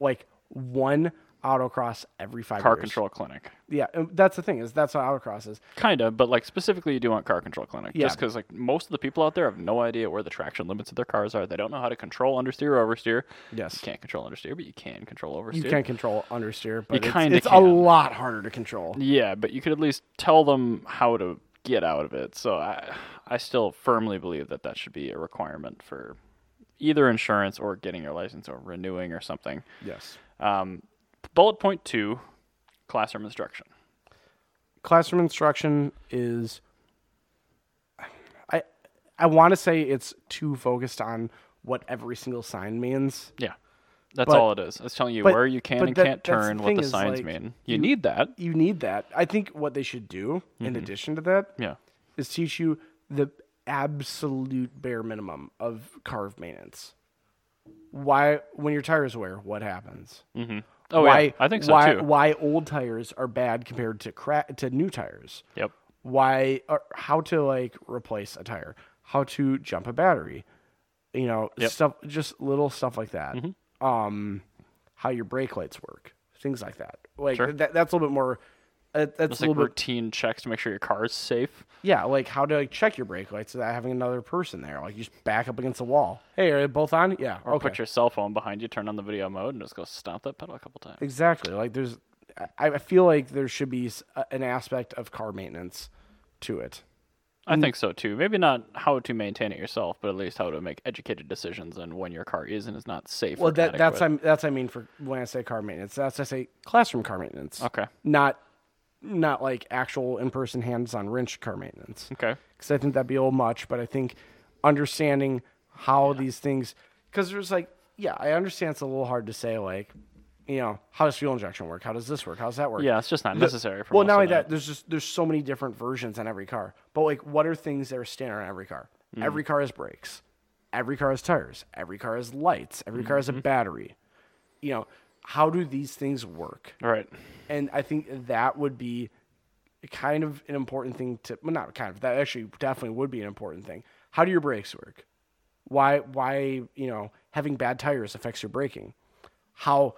like one autocross every five Car years. control clinic. Yeah, and that's the thing is that's what autocross is. Kind of, but like specifically, you do want car control clinic. Yeah. Just because like most of the people out there have no idea where the traction limits of their cars are. They don't know how to control understeer or oversteer. Yes. You can't control understeer, but you can control oversteer. You can control understeer, but it's, kinda it's a can. lot harder to control. Yeah, but you could at least tell them how to get out of it. So I, I still firmly believe that that should be a requirement for either insurance or getting your license or renewing or something. Yes. Um, bullet point two, classroom instruction. Classroom instruction is I I want to say it's too focused on what every single sign means. Yeah, that's But- all it is. It's telling you but- where you can but and that- can't that's the turn, thing what the is, signs like, mean. You, need that. You need that. I think what they should do Mm-hmm. in addition to that Yeah, is teach you the absolute bare minimum of carve maintenance. Why, when your tires wear, what happens? Mm-hmm. Oh, yeah. why, I think so, why, too. Why old tires are bad compared to crack to new tires? Yep. Why? Or how to like replace a tire? How to jump a battery? You know, stuff. Just little stuff like that. Mm-hmm. Um, how your brake lights work, things like that. Like that, that's a little bit more. Uh, that's it's a like little bit routine checks to make sure your car is safe. yeah, like how to like check your brake lights without having another person there. Like you just back up against the wall. Hey, are they both on? Yeah. Or okay. put your cell phone behind you, turn on the video mode, and just go stomp that pedal a couple times. exactly. Like there's, I, I feel like there should be s- a- an aspect of car maintenance to it. Mm. I think so too. Maybe not how to maintain it yourself, but at least how to make educated decisions on when your car is and is not safe. Well, or that that's adequate. I, that's I mean for when I say car maintenance, that's I say classroom car maintenance. okay. Not, not like actual in person hands on wrench car maintenance. Okay. because I think that'd be a little much. But I think understanding how these things, because there's like, yeah, I understand it's a little hard to say, like, you know, how does fuel injection work? How does this work? How does that work? Yeah, it's just not necessary. For Well, most not of only that, there's just there's so many different versions on every car. But like, what are things that are standard on every car? Every car has brakes. Every car has tires. Every car has lights. Every car has a battery. You know, how do these things work? All right. And I think that would be kind of an important thing to well not kind of that actually definitely would be an important thing. How do your brakes work? Why why you know having bad tires affects your braking? How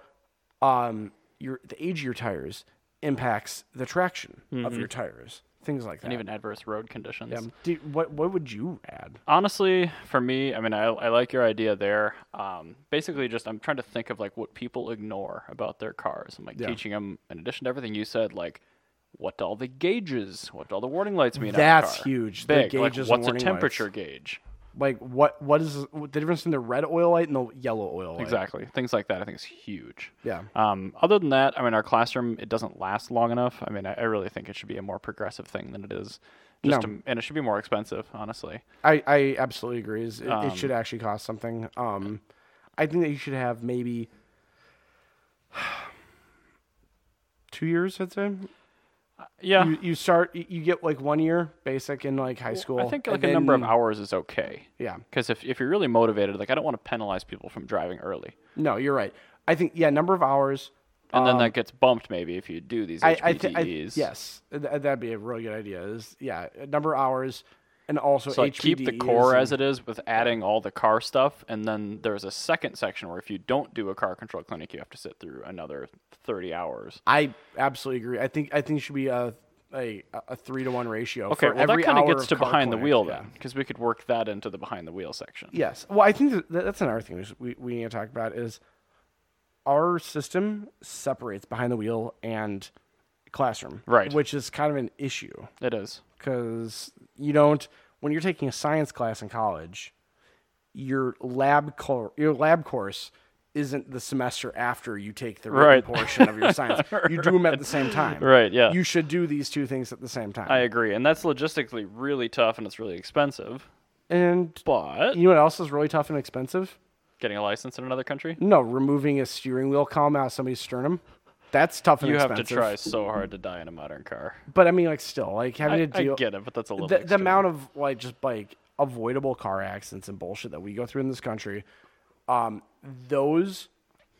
um your the age of your tires impacts the traction of your tires. Things like Mm-hmm. that. and even adverse road conditions. yeah. Do, what what would you add? honestly for me i mean i, I like your idea there um, basically just i'm trying to think of like what people ignore about their cars i'm like teaching them in addition to everything you said like what do all the gauges what do all the warning lights mean on the That's car? huge, the Big. like, gauges and what's a warning temperature gauge Like what what is the difference in the red oil light and the yellow oil light? exactly things like that i think is huge Yeah. um, other than that i mean our classroom it doesn't last long enough i mean i, I really think it should be a more progressive thing than it is just No. to- and it should be more expensive honestly I, I absolutely agree. Is It, it Um, should actually cost something. Um, I think that you should have maybe two years. I'd say yeah you, you start you- you get like one year basic in like high school. I think and like a number of then- hours is okay. Yeah. Because if, if you're really motivated, like I don't want to penalize people from driving early, No, you're right. I think yeah, number of hours. and then that gets bumped maybe if you do these Um, I, HPTEs. I, thi- I yes, Th- that'd be a really good idea. Is yeah, a number of hours and also So like keep the core HPDEs as it is with adding all the car stuff, and then there's a second section where if you don't do a car control clinic, you have to sit through another 30 hours. I absolutely agree. I think I think it should be a a, a three to one ratio. Okay, well for that every kind of hour gets of to car behind the clinic, wheel yeah. then, because we could work that into the behind the wheel section. Yes. Well, I think that that's another thing we s- we, we need to talk about is our system separates behind the wheel and classroom, Right. Which is kind of an issue It is. because you don't when you're taking a science class in college, your lab cor- your lab course isn't the semester after you take the written Right. portion of your science. You do them at the same time, Right, yeah. You should do these two things at the same time. I agree, and that's logistically really tough and it's really expensive. and But you know what else is really tough and expensive? getting a license in another country, No, removing a steering wheel column out of somebody's sternum. That's tough and you have expensive. to try so hard to die in a modern car. But I mean, like, still, like having I, to deal I get it, but that's a little. the, the extreme. amount of like just like avoidable car accidents and bullshit that we go through in this country. Um, those,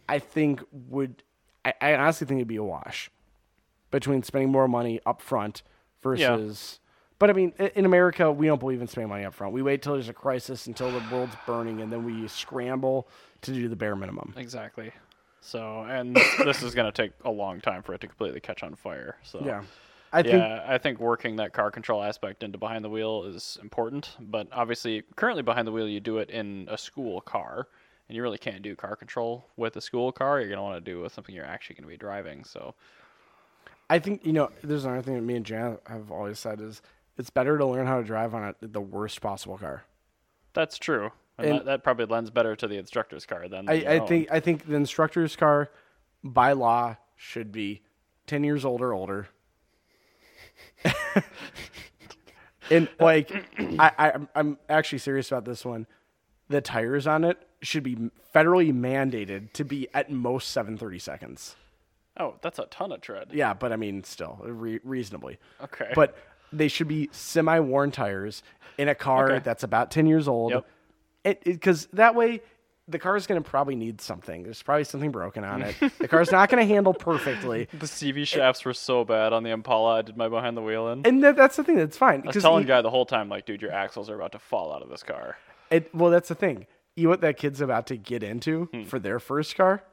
I think would, I, I honestly think it'd be a wash between spending more money up front versus. But I mean, i- in America, we don't believe in spending money up front. We wait till there's a crisis, until the world's burning, and then we scramble to do the bare minimum. exactly. So, and this, this is going to take a long time for it to completely catch on fire. So, Yeah, I think yeah, I think working that car control aspect into behind the wheel is important. But obviously, currently behind the wheel, you do it in a school car, and you really can't do car control with a school car. You're going to want to do it with something you're actually going to be driving. So, I think you know. There's another thing that me and Jan have always said is it's better to learn how to drive on a, the worst possible car. that's true. And, And- that, that probably lends better to the instructor's car than oh, I, your I own. think I think the instructor's car, by law, should be ten years old or older. and like, I, I I'm- I'm actually serious about this one. The tires on it should be federally mandated to be at most seven thirty seconds. Oh, that's a ton of tread. Yeah, but I mean, still re- reasonably. Okay. But they should be semi-worn tires in a car Okay. that's about ten years old. Yep. It because that way the car is going to probably need something. There's probably something broken on it. the car's not going to handle perfectly. The CV shafts were so bad on the Impala. I did my behind the wheel in. And e that, that's the thing. That's fine. I was telling guy the whole time, like, dude, your axles are about to fall out of this car. It, well, that's the thing. You know what that kid's about to get into Hmm. for their first car?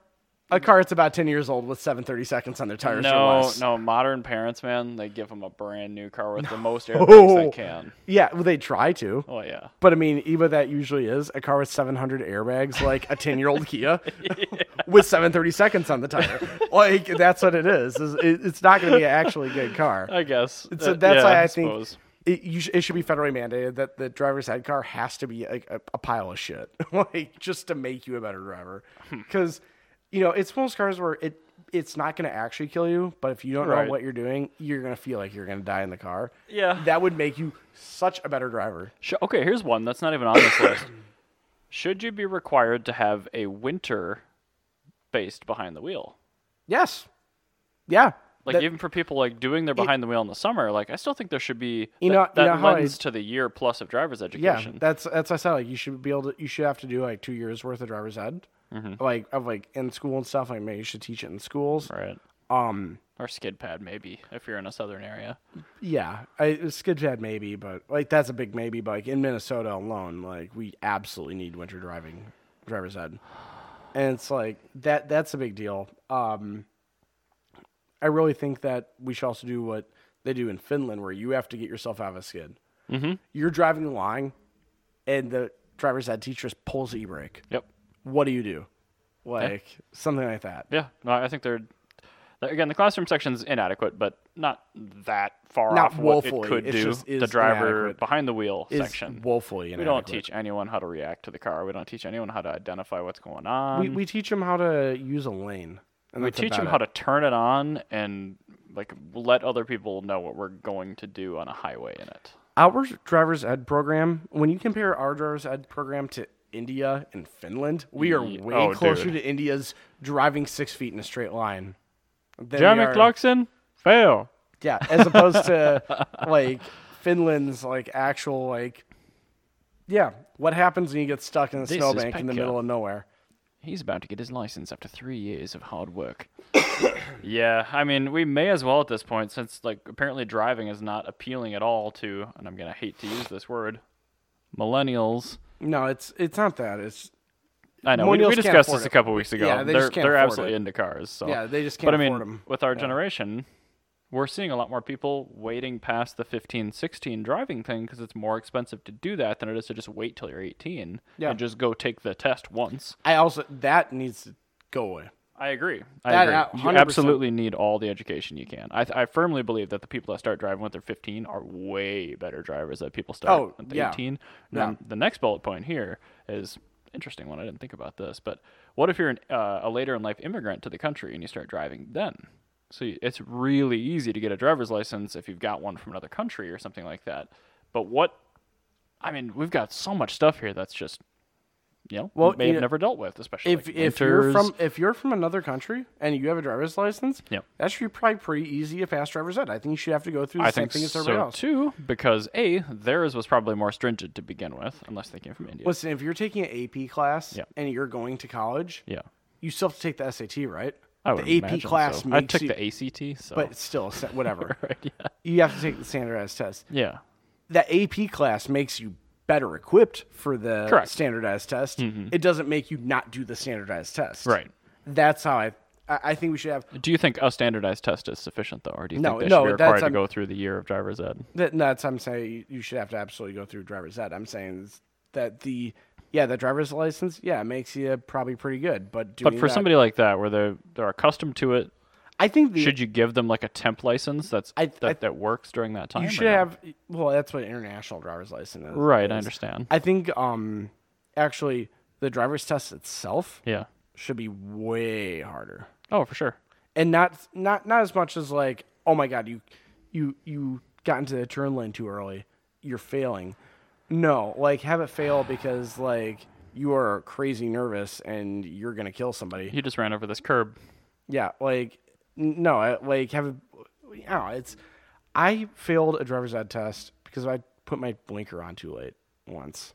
A car that's about ten years old with seven thirty seconds on their tires. or No, less. no, modern parents, man, they give them a brand new car with the most airbags they can. Yeah, well, they try to. Oh yeah, But I mean, even that usually is a car with 700 airbags, like a 10 year old Kia with 730 seconds on the tire. like that's what it is. is it- it's not going to be an actually good car. I guess. So Uh, that's yeah, why I, think suppose. it, you sh- it should be federally mandated that the driver's head car has to be a, a, a pile of shit, like just to make you a better driver. Hmm. Because you know, it's most cars where it it's not going to actually kill you, but if you don't Right. know what you're doing, you're going to feel like you're going to die in the car. Yeah. that would make you such a better driver. Sh- Okay, here's one that's not even on this list. Should you be required to have a winter based behind the wheel? Yes. Yeah. Like That- even for people like doing their behind the wheel in the summer, like I still think there should be You that, know- you that know how I- lends to the year plus of driver's yeah, education. that's that's what I said. Like you should be able to, you should have to do like two years worth of driver's ed, like of like in school and stuff. Like maybe you should teach it in schools. right. Um, or skid pad maybe if you're in a southern area. yeah, I, skid pad maybe, but like that's a big maybe. But like in Minnesota alone, like we absolutely need winter driving driver's ed, and it's like that. That's a big deal. Um, I really think that we should also do what they do in Finland, where you have to get yourself out of a skid. Mm-hmm. You're driving the line, and the driver's ed teacher just pulls the e-brake. Yep. What do you do? Like something like that. Yeah. No, I think they're again the classroom section's inadequate, but not that far Not off what it woefully, could it's do. just is the driver inadequate. behind the wheel Is section. woefully We don't inadequate. teach anyone how to react to the car. We don't teach anyone how to identify what's going on. we, we teach them how to use a lane. And We teach them how to turn it on and like let other people know what we're going to do on a highway in it. Our driver's ed program, when you compare our driver's ed program to India and Finland, we are Ye- way oh, closer dude. to India's driving six feet in a straight line. than we Jeremy are- Clarkson, fail. Yeah, as opposed to like Finland's like actual like yeah, what happens when you get stuck in a This is snowbank in the Pekka. middle of nowhere? He's about to get his license after three years of hard work. yeah, I mean, we may as well at this point, since like apparently driving is not appealing at all to, and I'm gonna hate to use this word, millennials. No, it's it's not that. It's I know we, Millennials we can't discussed afford this it. a couple weeks ago. Yeah, they are just can't they're afford absolutely it. into cars. So Yeah, they just But I can't mean, afford 'em. with our generation, we're seeing a lot more people waiting past the 15, 16 driving thing because it's more expensive to do that than it is to just wait till you're 18 Yeah. and just go take the test once. I also that needs to go away. I agree. I That- agree. that You 100%. absolutely need all the education you can. I, I firmly believe that the people that start driving when they're 15 are way better drivers than people start Oh, when yeah. they're 18. And then the next bullet point here is interesting one. I didn't think about this, but what if you're an, uh, a later in life immigrant to the country and you start driving then? So you- it's really easy to get a driver's license if you've got one from another country or something like that. But what? I mean, we've got so much stuff here that's just you know Well, may you have know, never dealt with, especially if like if you're winters. from if you're from another country and you have a driver's license, Yep. that should be probably pretty easy to pass driver's ed. I think you should have to go through the I same think thing as so everybody else. too, because a theirs was probably more stringent to begin with, unless they came from India. Listen, if you're taking an AP class Yep. and you're going to college, yeah, you still have to take the SAT, right? I would the AP imagine class so. I makes took you, the ACT, so but still, se- whatever. right, yeah, You have to take the standardized test. yeah, That AP class makes you better equipped for the Correct. Mm-hmm. standardized test. It doesn't make you not do the standardized test. right. That's how I. I I think we should have Do you think a standardized test is sufficient though, or do you No, think they no, should be that's- required to I'm- go through the year of driver's ed? That, no, that's I'm saying you- you should have to absolutely go through driver's ed. I'm saying is that the yeah the driver's license yeah it makes you probably pretty good, but doing But for that- somebody like that, where they're they're accustomed to it, I think the, should you give them like a temp license that's I- that, I- that works during that time? you or should no? have well that's what international driver's license is. right. I is. understand. I think um actually the driver's test itself yeah. should be way harder. Oh, for sure. and not not not as much as like oh my god you you you got into the turn lane too early you're failing no like have it fail because like you are crazy nervous and you're gonna kill somebody You just ran over this curb. yeah like n- no I- like have it you know, it's i failed a driver's ed test because i put my blinker on too late once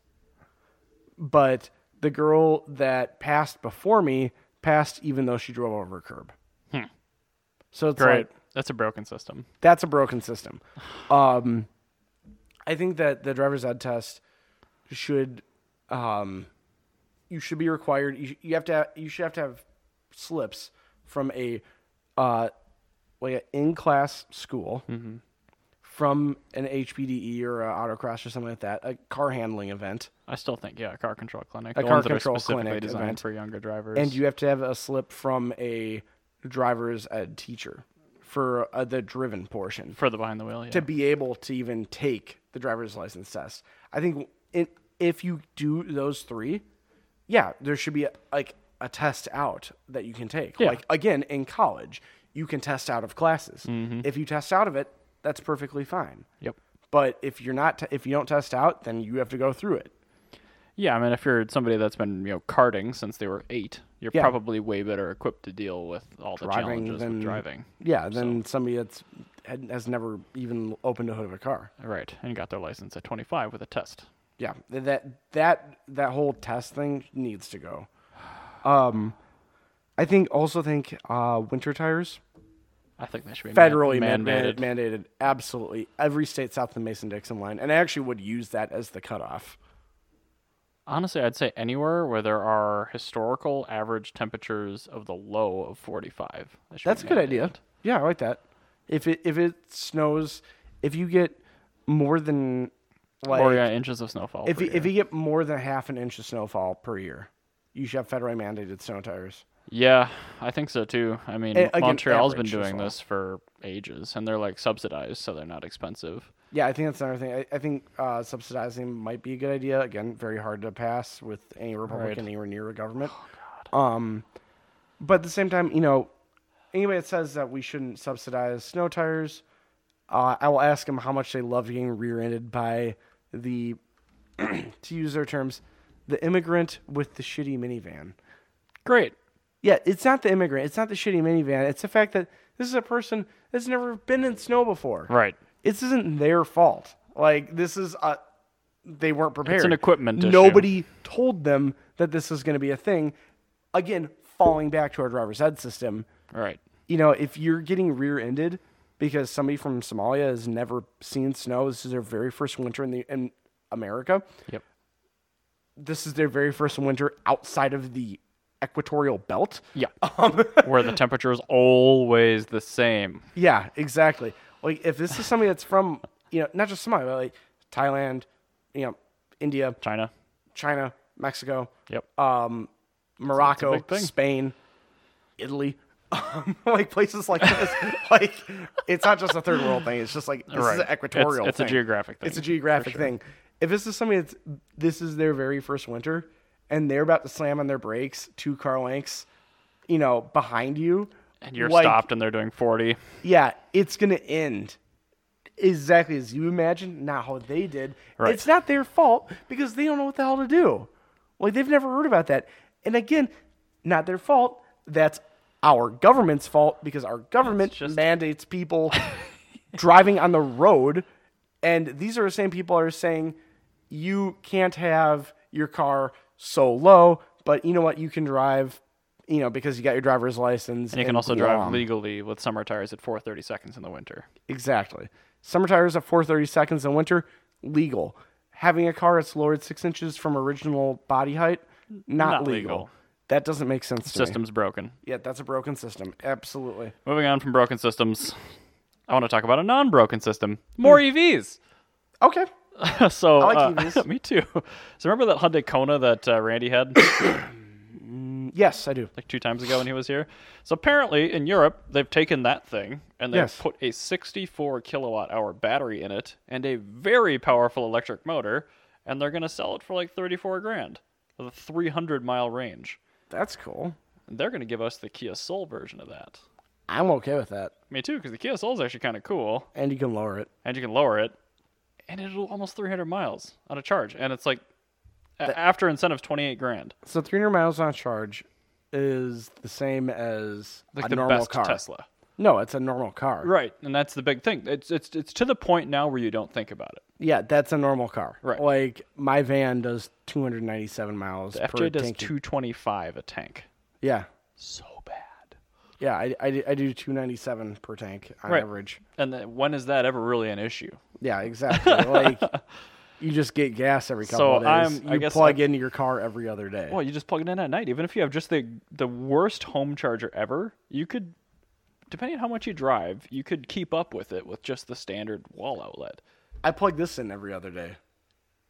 but the girl that passed before me passed even though she drove over a curb so it's Great. like that's a broken system. that's a broken system. Um, I think that the driver's ed test should, um, you should be required. You, sh- you have to. Have, you should have to have slips from a, uh, like an in-class school, from an HPDE E or a autocross or something like that, a car handling event, I still think yeah, a car control clinic. A the car ones that are control specifically clinic designed event. for younger drivers. and you have to have a slip from a driver's ed teacher for uh, the driven portion. for the behind the wheel, yeah. to be able to even take the driver's license test. I think it, if you do those three, yeah, there should be like a test out that you can take. Yeah. Like again, in college, you can test out of classes. If you test out of it, that's perfectly fine. Yep. But if you're not, if you don't test out, then you have to go through it. Yeah, I mean, if you're somebody that's been you know karting since they were eight, you're Yeah. probably way better equipped to deal with all the Driving challenges than- with driving. Yeah. Then somebody that's had- has never even opened the hood of a car. Right, and got their license at 25 with a test. Yeah, th- that that that whole test thing needs to go. Um, I think also think uh, winter tires I think that should be man- federally man- mandated. mandated. mandated absolutely every state south of the Mason-Dixon line, and I actually would use that as the cutoff. Honestly, I'd say anywhere where there are historical average temperatures of the low of 45. that should That's a be good mandated. idea. Yeah, I like that. If it if it snows, if you get more than like or yeah, inches of snowfall. if per you, if year. you get more than half an inch of snowfall per year, you should have federally mandated snow tires. yeah, I think so too. I mean, A- again, Montreal's been average as doing well. this for ages, and they're like subsidized, so they're not expensive. Yeah, I think that's another thing. I, I think uh, subsidizing might be a good idea. Again, very hard to pass with any Republican Right. anywhere near a government. Um, but at the same time, you know, anybody that says that we shouldn't subsidize snow tires, uh, I will ask them how much they love getting rear-ended by the, to use their terms, the immigrant with the shitty minivan. Great. Yeah, it's not the immigrant. It's not the shitty minivan. It's the fact that this is a person that's never been in snow before. Right. This isn't their fault. Like this is a, they weren't prepared. an equipment issue. Nobody told them that this was going to be a thing. Again, falling back to our driver's ed system. Right. You know, if you're getting rear-ended because somebody from Somalia has never seen snow, this is their very first winter in the in America Yep. this is their very first winter outside of the equatorial belt. Yeah. Um, Where the temperature is always the same. Yeah, exactly. Like if this is somebody that's from, you know, not just Somalia, but like Thailand, you know, India, China. China, Mexico, Yep. um, Morocco, big thing. Spain, Italy, um, like places like this. like it's not just a third world thing. It's just like this Right. is an It's- equatorial. it's a thing. geographic It's a thing, for geographic thing. If this is somebody that's this is their very first winter and they're about to slam on their brakes two car lengths, you know, behind you, and you're like, stopped, and they're doing 40. yeah, it's gonna end exactly as you imagined, not how they did. Right. It's not their fault because they don't know what the hell to do. Like they've never heard about that. And again, not their fault. That's our government's fault because our government just- mandates people driving on the road. And these are the same people that are saying you can't have your car so low, but you know what? You can drive, you know, because you got your driver's license. And you can also drive Guam. legally with summer tires at 430 seconds in the winter. Exactly. Summer tires at 430 seconds in winter, legal. Having a car that's lowered six inches from original body height, not, Not legal. legal. That doesn't make sense to me. System's broken. Yeah, that's a broken system. Absolutely. Moving on from broken systems, I want to talk about a non-broken system: more EVs. Okay. so Hmm. like E uh, EVs. me too. So remember that Hyundai Kona that uh, Randy had Yes, I do. like two times ago when he was here? So apparently in Europe they've taken that thing and they've Yes. put a 64 kilowatt hour battery in it and a very powerful electric motor, and they're gonna sell it for like 34 grand with a 300 mile range. That's cool. And they're gonna give us the Kia Soul version of that. I'm okay with that. Me too, because the Kia Soul is actually kind of cool. And you can lower it. and you can lower it, and it'll almost 300 miles on a charge, and it's like a- after incentive 28 grand, So 300 miles on charge is the same as like a the normal best car. Tesla. No, it's a normal car. Right, and that's the big thing. It's it's it's to the point now where you don't think about it. Yeah, that's a normal car. Right. Like my van does 297 miles The per FJ does tank. 225 a tank, yeah. so bad. Yeah, I, I, do- I do 297 per tank on Right. average. And then when is that ever really an issue? Yeah, exactly. like you just get gas every couple So of days. I'm- I you guess plug I'm- into your car every other day. Well, you just plug it in at night. Even if you have just the the worst home charger ever, you could, depending on how much you drive, you could keep up with it with just the standard wall outlet. I plug this in every other day.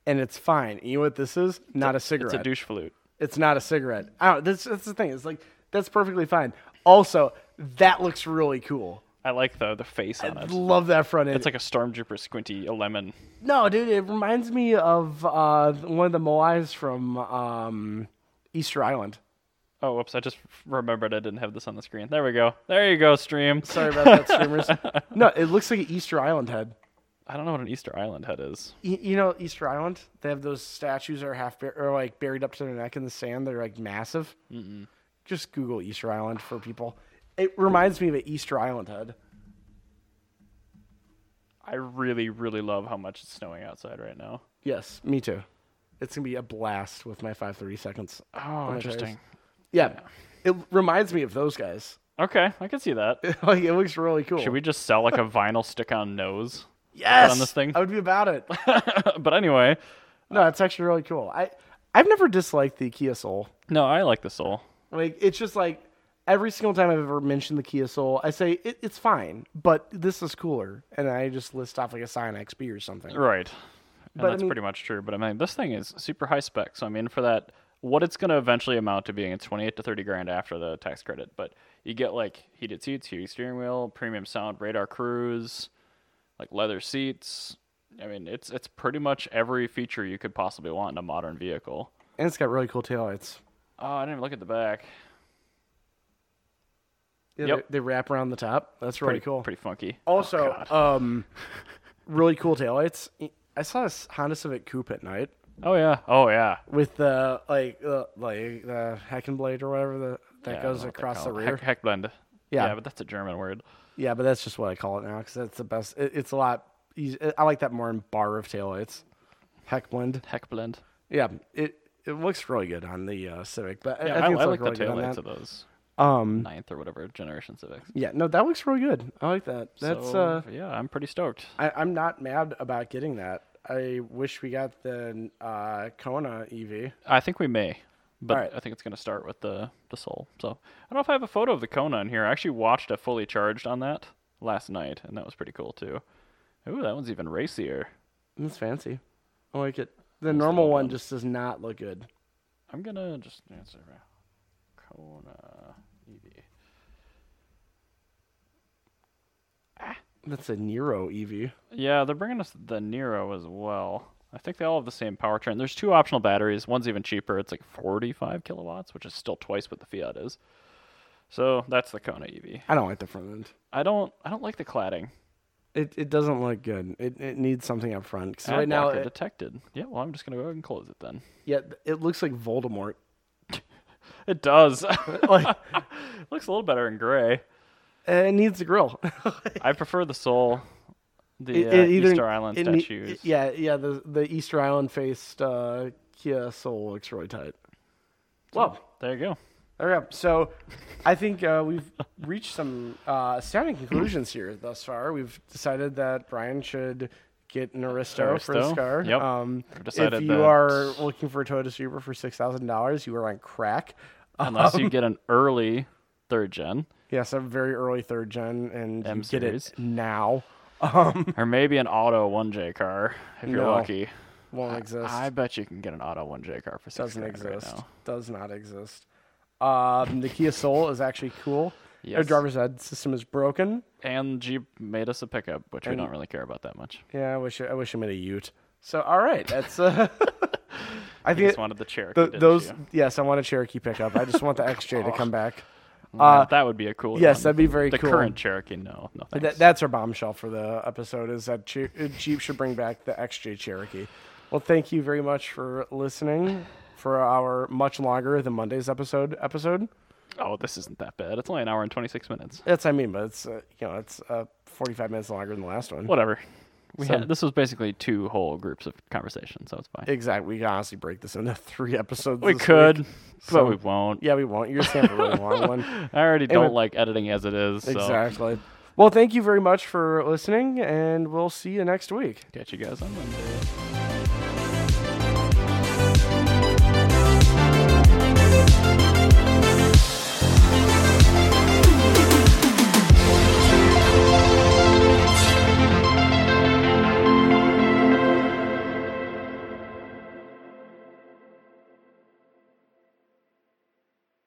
And it's fine. You know what this is? Not a cigarette. It's a douche flute. It's not a cigarette. I don't, that's, that's the thing. It's like that's perfectly fine. Also, that looks really cool. I like the the face on it. Love that front end. It's like a stormtrooper squinty a lemon. no, dude, it reminds me of uh, one of the Moais from um, Easter Island. Oh, whoops! I just remembered I didn't have this on the screen. There we go. There you go, stream. Sorry about that, streamers. no, it looks like an Easter Island head. I don't know what an Easter Island head is. Y- you know Easter Island? They have those statues that are half bur- or like buried up to their neck in the sand. They're like massive. Just Google Easter Island for people. It reminds me of an Easter Island head. I really, really love how much it's snowing outside right now. Yes, me too. It's gonna be a blast with my 5:30 seconds. Oh, my interesting. Yeah, it reminds me of those guys. Okay, I can see that. like it looks really cool. Should we just sell like a vinyl stick-on nose? Yes, on this thing? I would be about it. but anyway, No, it's actually really cool. I I've never disliked the Kia Soul. no, I like the soul. Like it's just like every single time I've ever mentioned the Kia Soul, I say it, it's fine, but this is cooler, and I just list off like a Scion XP or something. Right. And But, I that's mean- pretty much true. But I mean, this thing is super high spec. So I mean, for that, what it's going to eventually amount to being, it's twenty eight to thirty grand after the tax credit. But you get like heated seats, heated steering wheel, premium sound, radar cruise, like leather seats. I mean, it's it's pretty much every feature you could possibly want in a modern vehicle. And it's got really cool taillights. Oh, I didn't even look at the back. Yeah, Yep. they, they wrap around the top. That's really Pretty cool. Pretty Oh, funky. Also, um, really cool taillights. I saw this Honda Civic Coupe at night Oh yeah. Oh yeah. with the like uh, like the Heckenblade or whatever the, that Yeah, I don't goes know what they across call the it. rear. Heck, heck blend. Yeah. Yeah, but that's a German word. Yeah, but that's just what I call it now because that's the best. It, it's a lot. Easy, I like that more in bar of taillights. Heck blend. Heck blend. Yeah, it it looks really good on the uh, Civic, but Yeah, I, I, I think I like it's like really the good on taillights that. of those Um, Mm. ninth or whatever generation Civics. yeah, no, that looks really good. I like that. That's So, uh, yeah, I'm pretty stoked. I, I'm not mad about getting that. I wish we got the uh, Kona EV. I think we may, but Alright. I think it's going to start with the the Soul. So I don't know if I have a photo of the Kona in here. I actually watched a fully charged on that last night, and that was pretty cool too. Ooh, that one's even racier. It's fancy. I like it. The normal one just does not look good. I'm gonna just answer uh, Kona E EV. That's a Nero E EV. Yeah, they're bringing us the Nero as well. I think they all have the same powertrain. There's two optional batteries. One's even cheaper. It's like 45 kilowatts, which is still twice what the Fiat is. So that's the Kona EV. I don't like the front end. I don't. I don't like the cladding. It, it doesn't look good. It, it needs something up front. 'cause Ad right now, blocker it, detected. Yeah, well, I'm just gonna go ahead and close it then. yeah, it looks like Voldemort. It does. Like Looks a little better in gray. it needs a grill. I prefer the soul, the It- uh, it E, either- Easter Island it ne- statues. it- yeah, yeah. The the Easter Island faced uh, Kia Soul looks really tight. Well, There you go. there we go. So, I think uh, we've reached some uh, astounding conclusions here thus far. We've decided that Brian should get an Aristo, for this Aristo, car. yep. Um, We've if decided you that- are looking for a Toyota Super for six thousand dollars, you are on crack. Unless Um, you get an early third gen, Yes, a very early third gen, and you get it M-series. now. or maybe an auto one J car if you're No. lucky. Won't exist. I bet you can get an auto one J car for six doesn't grand exist. Right now. Does not exist. Um, the Kia Soul is actually cool. Our Yes. driver's ed system is broken. And Jeep made us a pickup, which we don't really care about that much. Yeah, I wish I wish I made a Ute. So all right, that's. Uh, I We think just wanted the Cherokee. th- didn't those. you? Yes, I want a Cherokee pickup. I just want the XJ to come back. Man, that would be a cool. uh, yes, one. that'd be very the cool. current Cherokee. No, no Th- thanks. that's our bombshell for the episode. Is that Che- uh, Jeep should bring back the XJ Cherokee? Well, thank you very much for listening for our much longer than Monday's episode episode. oh, this isn't that bad. It's only an hour and twenty six minutes. That's I mean, but it's uh, you know it's uh, forty five minutes longer than the last one. whatever. We So- had this was basically two whole groups of conversation, so it's fine. Exactly. We can honestly break this into three episodes. we this could, week. but So- we won't. Yeah, we won't. You're gonna have a really long one. I already Anyway. don't like editing as it is. So Exactly. Well, thank you very much for listening, and we'll see you next week. catch you guys on Monday.